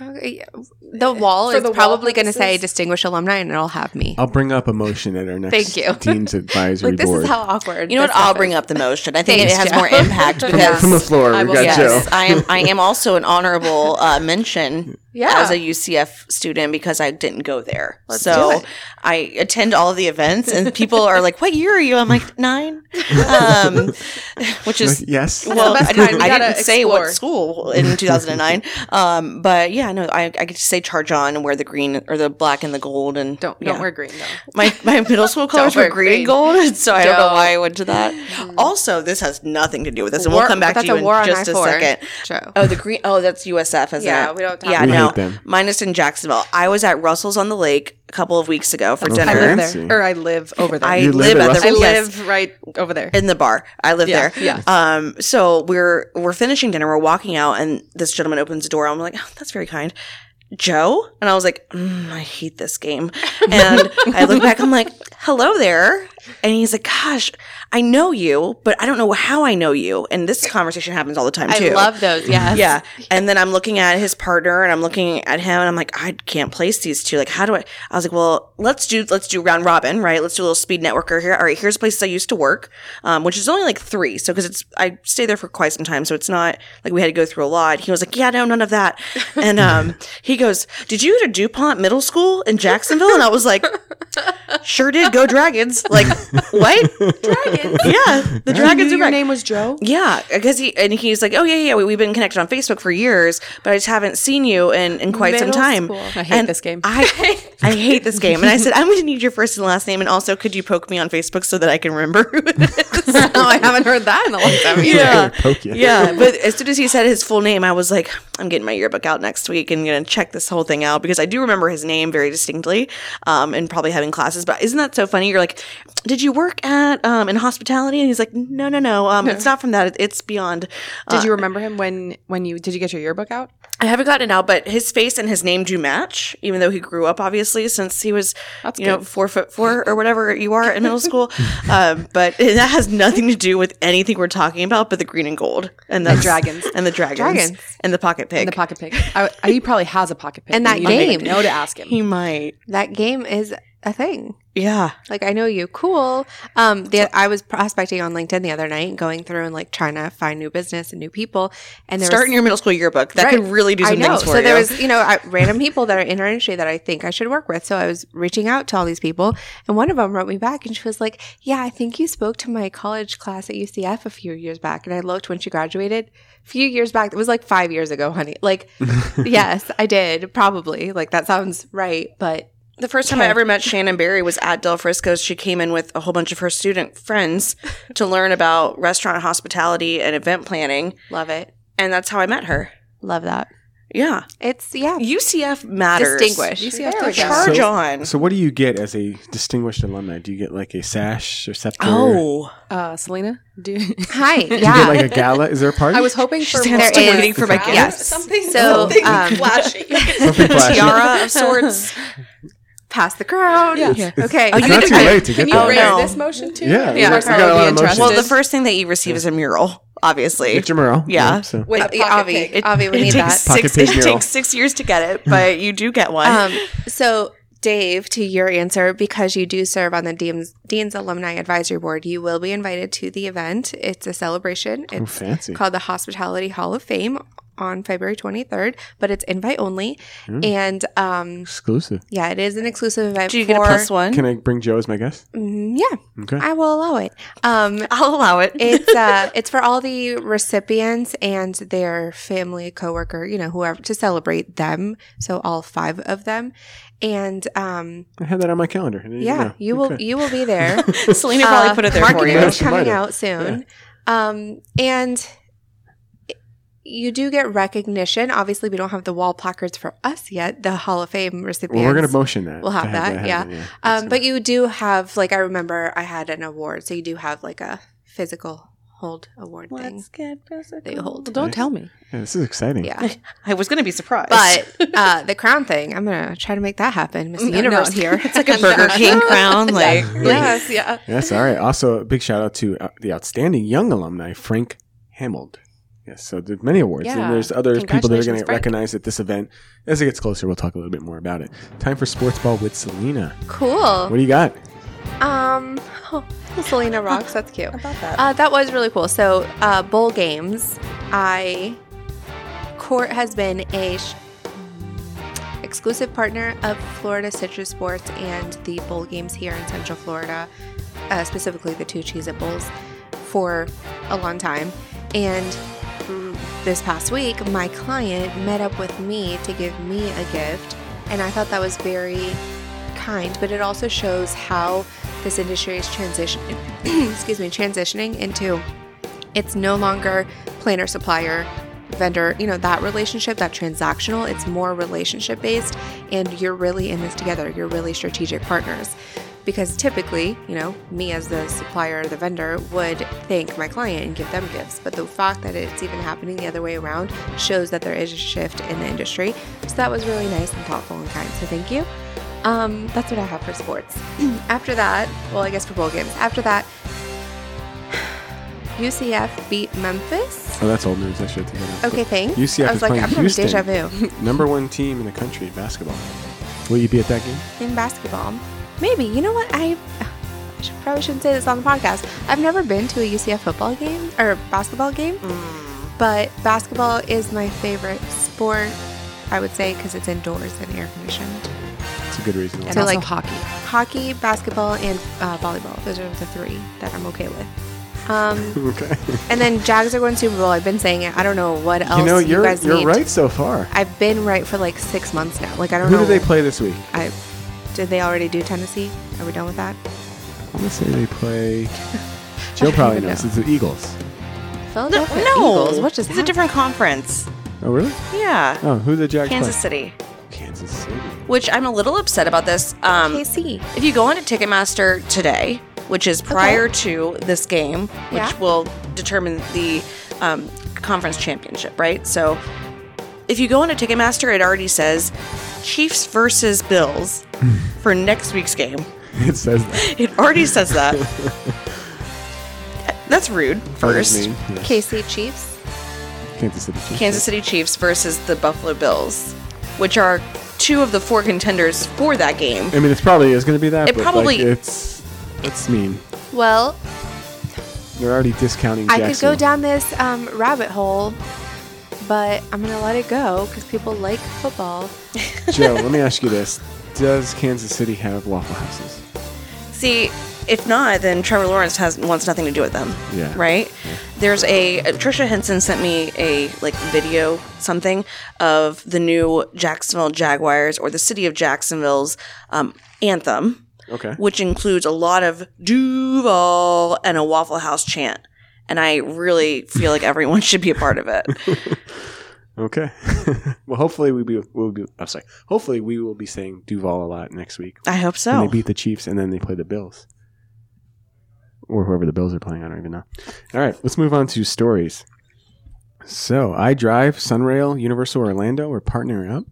[SPEAKER 3] The wall
[SPEAKER 7] For
[SPEAKER 3] is
[SPEAKER 7] the wall
[SPEAKER 3] probably going to say
[SPEAKER 7] purposes?
[SPEAKER 3] distinguished alumni and it'll have me.
[SPEAKER 2] I'll bring up a motion at our next
[SPEAKER 3] Thank you.
[SPEAKER 2] dean's advisory
[SPEAKER 3] Like, this
[SPEAKER 2] board.
[SPEAKER 3] is how awkward.
[SPEAKER 4] You know what?
[SPEAKER 3] this
[SPEAKER 4] I'll
[SPEAKER 3] stuff
[SPEAKER 4] bring
[SPEAKER 3] is.
[SPEAKER 4] up the motion. I think
[SPEAKER 3] Thanks,
[SPEAKER 4] it has
[SPEAKER 3] Joe.
[SPEAKER 4] more impact
[SPEAKER 2] from, the,
[SPEAKER 4] because
[SPEAKER 2] from the floor, we
[SPEAKER 7] will-
[SPEAKER 2] got
[SPEAKER 4] yes,
[SPEAKER 2] Joe.
[SPEAKER 4] I am. I am also an honorable uh, mention
[SPEAKER 7] Yeah.
[SPEAKER 4] as a UCF student because I didn't go there.
[SPEAKER 7] Let's do
[SPEAKER 4] so
[SPEAKER 7] it.
[SPEAKER 4] I attend all of the events, and people are like, "What year are you?" I'm like nine, um, which is
[SPEAKER 2] yes.
[SPEAKER 7] That's the
[SPEAKER 4] well,
[SPEAKER 7] best
[SPEAKER 4] I didn't,
[SPEAKER 7] kind. We
[SPEAKER 4] I
[SPEAKER 7] gotta
[SPEAKER 4] didn't say what
[SPEAKER 7] explore.
[SPEAKER 4] school in 2009. um, but yeah, no, I, I get to say charge on and wear the green or the black and the gold and
[SPEAKER 7] Don't
[SPEAKER 4] yeah.
[SPEAKER 7] don't wear green though.
[SPEAKER 4] My my middle school colors
[SPEAKER 7] Don't
[SPEAKER 4] were
[SPEAKER 7] wear
[SPEAKER 4] green,
[SPEAKER 7] green.
[SPEAKER 4] and gold, so I don't know why I went to that.
[SPEAKER 7] Mm.
[SPEAKER 4] Also, this has nothing to do with this, and we'll
[SPEAKER 3] War-
[SPEAKER 4] come back to
[SPEAKER 3] that's
[SPEAKER 4] you
[SPEAKER 3] a
[SPEAKER 4] in
[SPEAKER 3] war on
[SPEAKER 4] just a
[SPEAKER 3] I-4.
[SPEAKER 4] second.
[SPEAKER 3] Joe.
[SPEAKER 4] Oh, the green. Oh, that's USF, isn't
[SPEAKER 7] Yeah,
[SPEAKER 4] it?
[SPEAKER 7] we don't talk
[SPEAKER 4] Yeah,
[SPEAKER 7] about
[SPEAKER 2] we
[SPEAKER 4] no.
[SPEAKER 2] hate them.
[SPEAKER 4] Minus in Jacksonville. I was at Russell's on the Lake a couple of weeks ago for
[SPEAKER 2] Okay.
[SPEAKER 4] dinner.
[SPEAKER 7] I live
[SPEAKER 2] Fancy.
[SPEAKER 7] there, or I live over there.
[SPEAKER 4] I
[SPEAKER 2] You live
[SPEAKER 4] live,
[SPEAKER 2] at
[SPEAKER 4] at the
[SPEAKER 7] I
[SPEAKER 2] Russell's?
[SPEAKER 4] yes,
[SPEAKER 7] live right over there.
[SPEAKER 4] in the bar. I live
[SPEAKER 7] Yeah,
[SPEAKER 4] there.
[SPEAKER 7] yeah.
[SPEAKER 4] Um. So we're we're finishing dinner. We're walking out, and this gentleman opens the door. I'm like, oh, that's very kind. Joe and I was like, mm, I hate this game. And I look back, I'm like, hello there. And he's like, gosh, I know you, but I don't know how I know you. And this conversation happens all the time too.
[SPEAKER 3] I love those. Yes.
[SPEAKER 4] Yeah. And then I'm looking at his partner and I'm looking at him and I'm like, I can't place these two. Like, how do I? I was like, well, let's do, let's do round robin, right? Let's do a little speed networker here. All right. Here's places I used to work, um, which is only like three. So, cause it's, I stayed there for quite some time. So it's not like we had to go through a lot. He was like, yeah, no, none of that. And, um, he goes, did you go to DuPont middle school in Jacksonville? And I was like, sure did go dragons. Like, what? Dragons. Yeah. The dragons are back.
[SPEAKER 7] was Joe.
[SPEAKER 4] Yeah, because he and he's like, oh yeah, yeah, we, we've been connected on Facebook for years, but I just haven't seen you in, in quite some
[SPEAKER 3] Middle
[SPEAKER 4] time.
[SPEAKER 3] school.
[SPEAKER 7] I hate
[SPEAKER 4] And
[SPEAKER 7] this game.
[SPEAKER 4] I I hate this game. And I said, I'm going to need your first and last name, and also could you poke me on Facebook so that I can remember who it is?
[SPEAKER 7] no, I haven't heard that in a long time. either.
[SPEAKER 4] yeah.
[SPEAKER 2] Poke you.
[SPEAKER 4] Yeah, but as soon as he said his full name, I was like, I'm getting my yearbook out next week and gonna check this whole thing out because I do remember his name very distinctly, um, and probably having classes. But isn't that so funny? You're like, did you work at um in hospitality? And he's like, no, no, no, um, it's not from that. It- It's beyond.
[SPEAKER 7] Did you remember him when when you did you get your yearbook out?
[SPEAKER 4] I haven't gotten it out, but his face and his name do match, even though he grew up obviously since he was,
[SPEAKER 7] That's
[SPEAKER 4] you know,
[SPEAKER 7] good.
[SPEAKER 4] four foot four or whatever you are in middle school. um, but that has nothing to do with anything we're talking about, but the green and gold and the
[SPEAKER 7] dragons.
[SPEAKER 4] and the dragons,
[SPEAKER 3] Dragons.
[SPEAKER 4] and the pocket pig.
[SPEAKER 7] In the pocket pick. I, I- he probably has a pocket pick.
[SPEAKER 3] And that
[SPEAKER 7] you don't even
[SPEAKER 3] game.
[SPEAKER 7] know to ask him.
[SPEAKER 4] He might,
[SPEAKER 3] That game is a thing.
[SPEAKER 4] yeah.
[SPEAKER 3] Like I know you, cool. Um, the, I was prospecting on LinkedIn the other night, going through and like trying to find new business and new people. And there
[SPEAKER 4] Start
[SPEAKER 3] was,
[SPEAKER 4] in your middle school yearbook. That
[SPEAKER 3] Right.
[SPEAKER 4] could really do
[SPEAKER 3] I
[SPEAKER 4] some
[SPEAKER 3] know.
[SPEAKER 4] things for
[SPEAKER 3] so
[SPEAKER 4] you.
[SPEAKER 3] there was, you know, I, random people that are in our industry that I think I should work with. So I was reaching out to all these people, and one of them wrote me back, and she was like, "Yeah, I think you spoke to my college class at UCF a few years back." And I looked when she graduated, a few years back. It was like five years ago, honey. Like, yes, I did probably. Like that sounds right, but
[SPEAKER 4] The first time I ever met Shannon Barry was at Del Frisco's. She came in with a whole bunch of her student friends to learn about restaurant hospitality and event planning,
[SPEAKER 3] love it,
[SPEAKER 4] and that's how I met her.
[SPEAKER 3] love that.
[SPEAKER 4] Yeah.
[SPEAKER 3] It's yeah,
[SPEAKER 4] UCF matters.
[SPEAKER 3] distinguish.
[SPEAKER 7] UCF
[SPEAKER 3] There we
[SPEAKER 7] does.
[SPEAKER 3] go.
[SPEAKER 4] Charge
[SPEAKER 2] So-
[SPEAKER 4] on.
[SPEAKER 2] So, what do you get as a distinguished alumni? Do you get like a sash or scepter?
[SPEAKER 4] oh,
[SPEAKER 7] Uh, Selena, do
[SPEAKER 3] Hi,
[SPEAKER 2] Do you get
[SPEAKER 3] yeah.
[SPEAKER 2] like a gala? Is there a party?
[SPEAKER 7] I was hoping for
[SPEAKER 4] She's
[SPEAKER 7] more
[SPEAKER 3] still
[SPEAKER 7] things.
[SPEAKER 3] waiting
[SPEAKER 4] for my
[SPEAKER 7] Crowd?
[SPEAKER 3] yes.
[SPEAKER 7] Something,
[SPEAKER 3] So,
[SPEAKER 7] something
[SPEAKER 3] um,
[SPEAKER 7] flashy.
[SPEAKER 2] Something flashy.
[SPEAKER 4] tiara of sorts.
[SPEAKER 3] Pass the crown.
[SPEAKER 7] Yeah.
[SPEAKER 2] It's-
[SPEAKER 3] Okay.
[SPEAKER 2] It's
[SPEAKER 4] you
[SPEAKER 2] not
[SPEAKER 4] either
[SPEAKER 2] too
[SPEAKER 4] can-
[SPEAKER 2] late to get
[SPEAKER 7] Can
[SPEAKER 2] that.
[SPEAKER 7] you raise
[SPEAKER 4] no.
[SPEAKER 7] this motion too?
[SPEAKER 2] Yeah,
[SPEAKER 4] Yeah.
[SPEAKER 7] Marcel
[SPEAKER 2] we got a
[SPEAKER 7] would
[SPEAKER 2] lot
[SPEAKER 7] be
[SPEAKER 2] of motions.
[SPEAKER 7] interested.
[SPEAKER 4] Well, the first thing that you receive is a mural, obviously.
[SPEAKER 2] Get your mural.
[SPEAKER 4] Yeah.
[SPEAKER 2] so.
[SPEAKER 7] With
[SPEAKER 3] Uh,
[SPEAKER 7] a pocket
[SPEAKER 3] Avi,
[SPEAKER 7] pick.
[SPEAKER 3] Avi, we
[SPEAKER 4] it
[SPEAKER 3] need
[SPEAKER 4] takes
[SPEAKER 3] that.
[SPEAKER 2] Pocket
[SPEAKER 4] six.
[SPEAKER 2] pig
[SPEAKER 4] It
[SPEAKER 2] mural.
[SPEAKER 4] takes six years to get it, but you do get one.
[SPEAKER 3] Um, so, Dave, to your answer, because you do serve on the Dean's, Dean's Alumni Advisory Board, you will be invited to the event. It's a celebration.
[SPEAKER 2] Oh,
[SPEAKER 3] It's
[SPEAKER 2] fancy.
[SPEAKER 3] called the Hospitality Hall of Fame on February 23rd, but it's invite only.
[SPEAKER 2] Hmm.
[SPEAKER 3] And um,
[SPEAKER 2] Exclusive.
[SPEAKER 3] yeah, it is an exclusive event.
[SPEAKER 4] do you get a
[SPEAKER 3] for-
[SPEAKER 4] plus one?
[SPEAKER 2] Can I bring Joe as my guest?
[SPEAKER 3] Mm, yeah,
[SPEAKER 2] Okay.
[SPEAKER 3] I will allow it. Um,
[SPEAKER 4] I'll allow it.
[SPEAKER 3] it's uh it's for all the recipients and their family coworker you know whoever to celebrate them so all five of them and um
[SPEAKER 2] I had that on my calendar. I didn't even
[SPEAKER 3] yeah
[SPEAKER 2] know.
[SPEAKER 3] you will
[SPEAKER 2] Okay.
[SPEAKER 3] you will be there
[SPEAKER 4] Selena probably
[SPEAKER 3] Uh,
[SPEAKER 4] put it there
[SPEAKER 3] marketing
[SPEAKER 4] for you.
[SPEAKER 2] Yeah,
[SPEAKER 3] is
[SPEAKER 2] she
[SPEAKER 3] coming
[SPEAKER 2] might have.
[SPEAKER 3] out soon um and it- you do get recognition obviously we don't have the wall placards for us yet the hall of fame recipients
[SPEAKER 2] Well, we're going to motion that.
[SPEAKER 3] We'll have
[SPEAKER 2] to
[SPEAKER 3] that, yeah.
[SPEAKER 2] happen,
[SPEAKER 3] um,
[SPEAKER 2] So-
[SPEAKER 3] but you do have like i remember i had an award so you do have like a physical hold award thing
[SPEAKER 4] get
[SPEAKER 3] that you hold
[SPEAKER 7] Don't tell me.
[SPEAKER 2] Yeah, this is exciting.
[SPEAKER 3] yeah
[SPEAKER 4] I was going to be surprised,
[SPEAKER 3] But uh, the crown thing, I'm gonna try to make that happen. Miss
[SPEAKER 7] No, no.
[SPEAKER 3] Universe here.
[SPEAKER 4] it's like a Burger King crown. Like,
[SPEAKER 7] Yes, yeah.
[SPEAKER 2] Yes. All right. Also, a big shout out to uh, the outstanding young alumni, Frank Hamold. Yes. So there's many awards,
[SPEAKER 7] Yeah.
[SPEAKER 2] and there's other people that are going to
[SPEAKER 7] Congratulations,
[SPEAKER 2] get
[SPEAKER 7] Frank.
[SPEAKER 2] recognized at this event. As it gets closer, we'll talk a little bit more about it. Time for sports ball with Selena. What
[SPEAKER 3] Cool.
[SPEAKER 2] do you got?
[SPEAKER 3] Um, oh, Selena rocks. That's cute.
[SPEAKER 7] About that.
[SPEAKER 3] Uh, that was really cool. So uh, bowl games, I court has been a sh- exclusive partner of Florida Citrus Sports and the bowl games here in Central Florida, uh, specifically the two Cheez It Bowls, for a long time. And mm, this past week, my client met up with me to give me a gift. And I thought that was very kind, but it also shows how this industry is transitioning, excuse me, transitioning into it's no longer planner supplier vendor you know that relationship that transactional it's more relationship based and you're really in this together you're really strategic partners because typically you know me as the supplier or the vendor would thank my client and give them gifts but the fact that it's even happening the other way around shows that there is a shift in the industry so that was really nice and thoughtful and kind so thank you um, that's what i have for sports after that well i guess for bowl games after that UCF beat Memphis.
[SPEAKER 2] Oh, that's old news. I should have taken that.
[SPEAKER 3] Okay, thanks.
[SPEAKER 2] UCF
[SPEAKER 3] I was
[SPEAKER 2] is
[SPEAKER 3] like,
[SPEAKER 2] playing
[SPEAKER 3] I'm having
[SPEAKER 2] Houston.
[SPEAKER 3] deja vu
[SPEAKER 2] Number one team in the country in basketball. Will you be at that game?
[SPEAKER 3] in basketball. Maybe you know what I. I should, probably shouldn't say this on the podcast. I've never been to a UCF football game or basketball game, but basketball is my favorite sport. I would say because it's indoors and air conditioned.
[SPEAKER 2] It's a good reason. why.
[SPEAKER 3] So, like-
[SPEAKER 7] hockey.
[SPEAKER 3] Hockey, basketball, and uh, volleyball. Those are the three that I'm okay with. Um,
[SPEAKER 2] okay.
[SPEAKER 3] and then Jags are going to Super Bowl. I've been saying it. I don't know what else
[SPEAKER 2] you
[SPEAKER 3] you,
[SPEAKER 2] know, you're
[SPEAKER 3] guys
[SPEAKER 2] you're
[SPEAKER 3] need.
[SPEAKER 2] right so far.
[SPEAKER 3] I've been right for like six months now. Like I don't
[SPEAKER 2] Who
[SPEAKER 3] know.
[SPEAKER 2] do they play this week?
[SPEAKER 3] I did they already do Tennessee? Are we done with that?
[SPEAKER 2] I'm gonna say they play. Jill probably
[SPEAKER 3] even
[SPEAKER 2] knows.
[SPEAKER 3] know.
[SPEAKER 2] It's the Eagles.
[SPEAKER 3] Philadelphia Eagles. What just
[SPEAKER 4] it's a different conference.
[SPEAKER 2] Oh really?
[SPEAKER 4] Yeah,
[SPEAKER 2] Oh, who the Jags
[SPEAKER 4] Kansas
[SPEAKER 2] play?
[SPEAKER 4] City.
[SPEAKER 2] Kansas City.
[SPEAKER 4] Which I'm a little upset about this. Um,
[SPEAKER 3] KC?
[SPEAKER 4] If you go onto Ticketmaster today, which is prior to this game, which
[SPEAKER 3] Yeah.
[SPEAKER 4] will determine the um, conference championship, right? So if you go onto Ticketmaster, it already says Chiefs versus Bills for next week's game.
[SPEAKER 2] it says that.
[SPEAKER 4] It already says that. That's rude, first.
[SPEAKER 2] Pardon me. Yes.
[SPEAKER 3] KC Chiefs.
[SPEAKER 2] Kansas City. Chiefs.
[SPEAKER 4] Kansas City Chiefs versus the Buffalo Bills, which are two of the four contenders for that game.
[SPEAKER 2] I mean, it's probably is gonna be that.
[SPEAKER 4] It
[SPEAKER 2] but, like,
[SPEAKER 4] probably-
[SPEAKER 2] it's it's mean.
[SPEAKER 3] Well,
[SPEAKER 2] You're already discounting.
[SPEAKER 3] I could go
[SPEAKER 2] Jacksonville.
[SPEAKER 3] down this um, rabbit hole, but I'm gonna let it go because people like football.
[SPEAKER 2] Joe, let me ask you this: Does Kansas City have waffle houses?
[SPEAKER 4] See, if not, then Trevor Lawrence has wants nothing to do with them.
[SPEAKER 2] Yeah.
[SPEAKER 4] Right? There's a Trisha Henson sent me a like video something of the new Jacksonville Jaguars or the city of Jacksonville's um, anthem,
[SPEAKER 2] Okay.
[SPEAKER 4] which includes a lot of Duval and a Waffle House chant. And I really feel like everyone should be a part of it.
[SPEAKER 2] Okay. well, hopefully we be, we'll be. I'm sorry. Hopefully we will be saying Duval a lot next week.
[SPEAKER 4] I hope
[SPEAKER 2] And
[SPEAKER 4] so.
[SPEAKER 2] they beat the Chiefs, and then they play the Bills, or whoever the Bills are playing. I don't even know. All right, let's move on to stories. So, I drive Sunrail Universal Orlando. We're partnering up.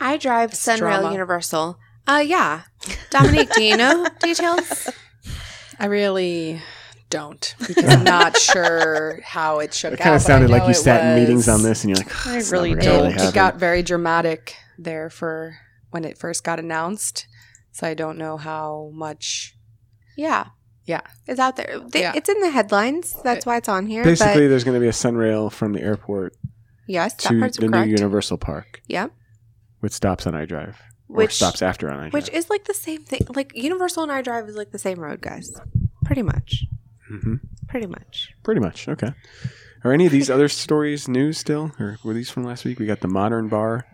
[SPEAKER 3] I drive Sunrail
[SPEAKER 7] drama.
[SPEAKER 3] Universal. Uh, yeah. Dominique, do you know details?
[SPEAKER 7] I really don't because I'm not sure how it shook
[SPEAKER 2] It
[SPEAKER 7] out.
[SPEAKER 2] kind of
[SPEAKER 7] but I
[SPEAKER 2] sounded like
[SPEAKER 7] know
[SPEAKER 2] you
[SPEAKER 7] it
[SPEAKER 2] sat in meetings
[SPEAKER 7] was-
[SPEAKER 2] on this, and you're like, "Oh,
[SPEAKER 4] I
[SPEAKER 2] "It's
[SPEAKER 4] really
[SPEAKER 2] never
[SPEAKER 7] It,
[SPEAKER 2] gonna
[SPEAKER 4] don't.
[SPEAKER 2] really
[SPEAKER 7] it
[SPEAKER 2] happen."
[SPEAKER 7] got very dramatic there for when it first got announced. So I don't know how much.
[SPEAKER 3] yeah.
[SPEAKER 7] Yeah.
[SPEAKER 3] It's out there. They,
[SPEAKER 7] Yeah.
[SPEAKER 3] It's in the headlines. That's why it's on here.
[SPEAKER 2] Basically,
[SPEAKER 3] but
[SPEAKER 2] there's going to be a Sunrail from the airport
[SPEAKER 3] yes, that
[SPEAKER 2] to
[SPEAKER 3] part's
[SPEAKER 2] the
[SPEAKER 3] correct.
[SPEAKER 2] new Universal Park,
[SPEAKER 3] Yep.
[SPEAKER 2] which stops on iDrive, or
[SPEAKER 3] Which-
[SPEAKER 2] stops after on iDrive.
[SPEAKER 3] Which is like the same thing. Like Universal and iDrive is like the same road, guys. Pretty much.
[SPEAKER 2] Mhm.
[SPEAKER 3] Pretty much.
[SPEAKER 2] Pretty much. Okay. Are any of these other stories new still, or were these from last week? We got the Modern Bar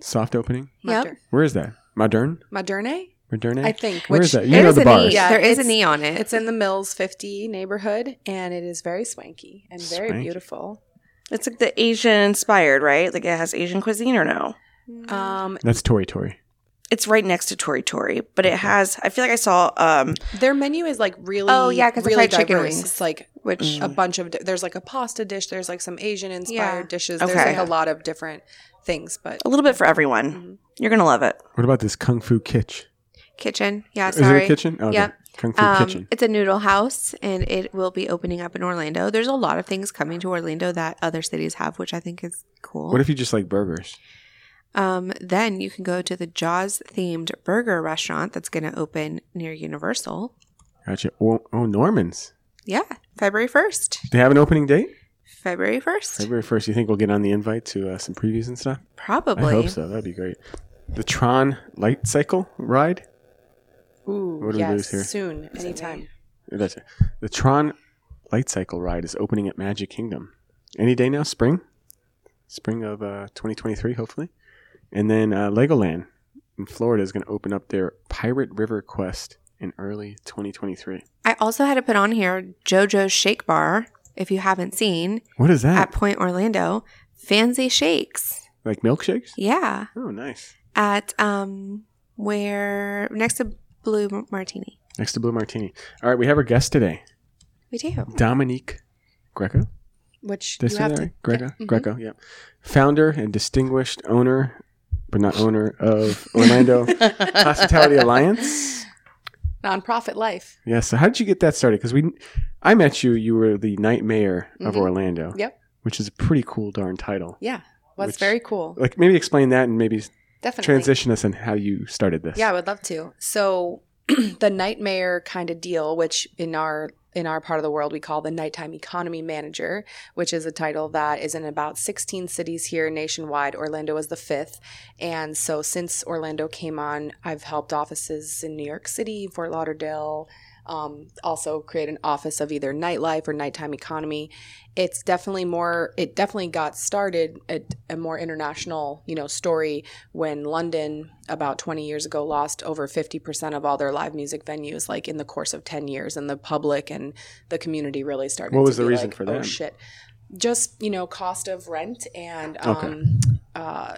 [SPEAKER 2] soft opening.
[SPEAKER 3] Yep.
[SPEAKER 2] Where is that? Modern?
[SPEAKER 7] Moderne,
[SPEAKER 2] Modern?
[SPEAKER 7] I think.
[SPEAKER 2] Where
[SPEAKER 7] which
[SPEAKER 2] is that? You
[SPEAKER 3] There
[SPEAKER 2] know
[SPEAKER 3] is
[SPEAKER 2] the
[SPEAKER 3] an
[SPEAKER 2] bars.
[SPEAKER 3] E.
[SPEAKER 7] Yeah,
[SPEAKER 3] there is
[SPEAKER 7] it's-
[SPEAKER 3] an E on it.
[SPEAKER 7] It's in the Mills 50 neighborhood, and it is very swanky and very
[SPEAKER 2] Swanky.
[SPEAKER 7] beautiful.
[SPEAKER 4] It's like the Asian inspired, right? Like it has Asian cuisine or no?
[SPEAKER 7] Um,
[SPEAKER 2] That's Tori Tori.
[SPEAKER 4] It's right next to Tori Tori, but it has. I feel like I saw um,
[SPEAKER 7] their menu is like really,
[SPEAKER 3] Oh, yeah, 'cause the
[SPEAKER 7] really
[SPEAKER 3] fried chicken
[SPEAKER 7] diverse.
[SPEAKER 3] wings.
[SPEAKER 7] It's like
[SPEAKER 3] which
[SPEAKER 2] Mm.
[SPEAKER 7] a bunch of. di- There's like a pasta dish. There's like some Asian inspired
[SPEAKER 3] Yeah.
[SPEAKER 7] dishes. There's
[SPEAKER 4] Okay.
[SPEAKER 7] like a lot of different things, but
[SPEAKER 4] a little bit for everyone.
[SPEAKER 7] Mm-hmm.
[SPEAKER 4] You're gonna love it.
[SPEAKER 2] What about this Kung Fu Kitch?
[SPEAKER 3] kitchen. Yeah,
[SPEAKER 2] Is there
[SPEAKER 3] sorry.
[SPEAKER 2] a kitchen? Oh,
[SPEAKER 3] Yep.
[SPEAKER 2] Kung Fu
[SPEAKER 3] Um,
[SPEAKER 2] Kitchen.
[SPEAKER 3] it's a noodle house and it will be opening up in Orlando. There's a lot of things coming to Orlando that other cities have, which I think is cool.
[SPEAKER 2] What if you just like burgers?
[SPEAKER 3] um, then you can go to the Jaws themed burger restaurant that's going to open near Universal.
[SPEAKER 2] Gotcha. Oh, oh, Norman's.
[SPEAKER 3] Yeah, February 1st.
[SPEAKER 2] They have an opening date?
[SPEAKER 3] February 1st?
[SPEAKER 2] February first. You think we'll get on the invite to uh, some previews and stuff?
[SPEAKER 3] Probably.
[SPEAKER 2] I hope so. That'd be great. The Tron Light Cycle ride.
[SPEAKER 7] Ooh,
[SPEAKER 2] What do we
[SPEAKER 7] yes,
[SPEAKER 2] lose here?
[SPEAKER 7] soon, anytime.
[SPEAKER 2] That's it. The Tron Light Cycle ride is opening at Magic Kingdom any day now. Spring, spring of uh, 2023, hopefully. And then uh, Legoland in Florida is going to open up their Pirate River Quest in early 2023.
[SPEAKER 3] I also had to put on here JoJo's Shake Bar, if you haven't seen,
[SPEAKER 2] What is that?
[SPEAKER 3] at Point Orlando. Fancy shakes.
[SPEAKER 2] like milkshakes?
[SPEAKER 3] Yeah.
[SPEAKER 2] Oh, nice.
[SPEAKER 3] At um where next to Blue Martini.
[SPEAKER 2] Next to Blue Martini. All right, we have our guest today,
[SPEAKER 3] We do.
[SPEAKER 2] Dominique Greco.
[SPEAKER 7] Which
[SPEAKER 2] Did I
[SPEAKER 7] you
[SPEAKER 2] say
[SPEAKER 7] have
[SPEAKER 2] that
[SPEAKER 7] to
[SPEAKER 2] right? Greco.
[SPEAKER 7] mhm.
[SPEAKER 2] Greco. Yeah. Founder and distinguished owner, but not owner of Orlando Hospitality Alliance.
[SPEAKER 7] nonprofit life.
[SPEAKER 2] Yeah. So how did you get that started? Because we, I met you. You were the night mayor of
[SPEAKER 7] Mhm.
[SPEAKER 2] Orlando.
[SPEAKER 7] Yep.
[SPEAKER 2] Which is a pretty cool darn title.
[SPEAKER 7] Yeah, well, it's
[SPEAKER 2] Which-
[SPEAKER 7] very cool.
[SPEAKER 2] Like maybe explain that and maybe
[SPEAKER 7] Definitely
[SPEAKER 2] transition us on how you started this.
[SPEAKER 7] Yeah, I would love to. So the nightmare kind of deal, which in our in our part of the world we call the nighttime economy manager, which is a title that is in about 16 cities here nationwide. Orlando is the fifth. And so since Orlando came on, I've helped offices in New York City, Fort Lauderdale, um, also create an office of either nightlife or nighttime economy. It's definitely more, it definitely got started at a more international, you know, story when London about 20 years ago lost over 50% of all their live music venues like in the course of 10 years and the public and the community really started
[SPEAKER 2] What was
[SPEAKER 7] to
[SPEAKER 2] the
[SPEAKER 7] be
[SPEAKER 2] reason
[SPEAKER 7] like,
[SPEAKER 2] for
[SPEAKER 7] oh
[SPEAKER 2] that?
[SPEAKER 7] shit just you know cost of rent and
[SPEAKER 2] Okay.
[SPEAKER 7] um uh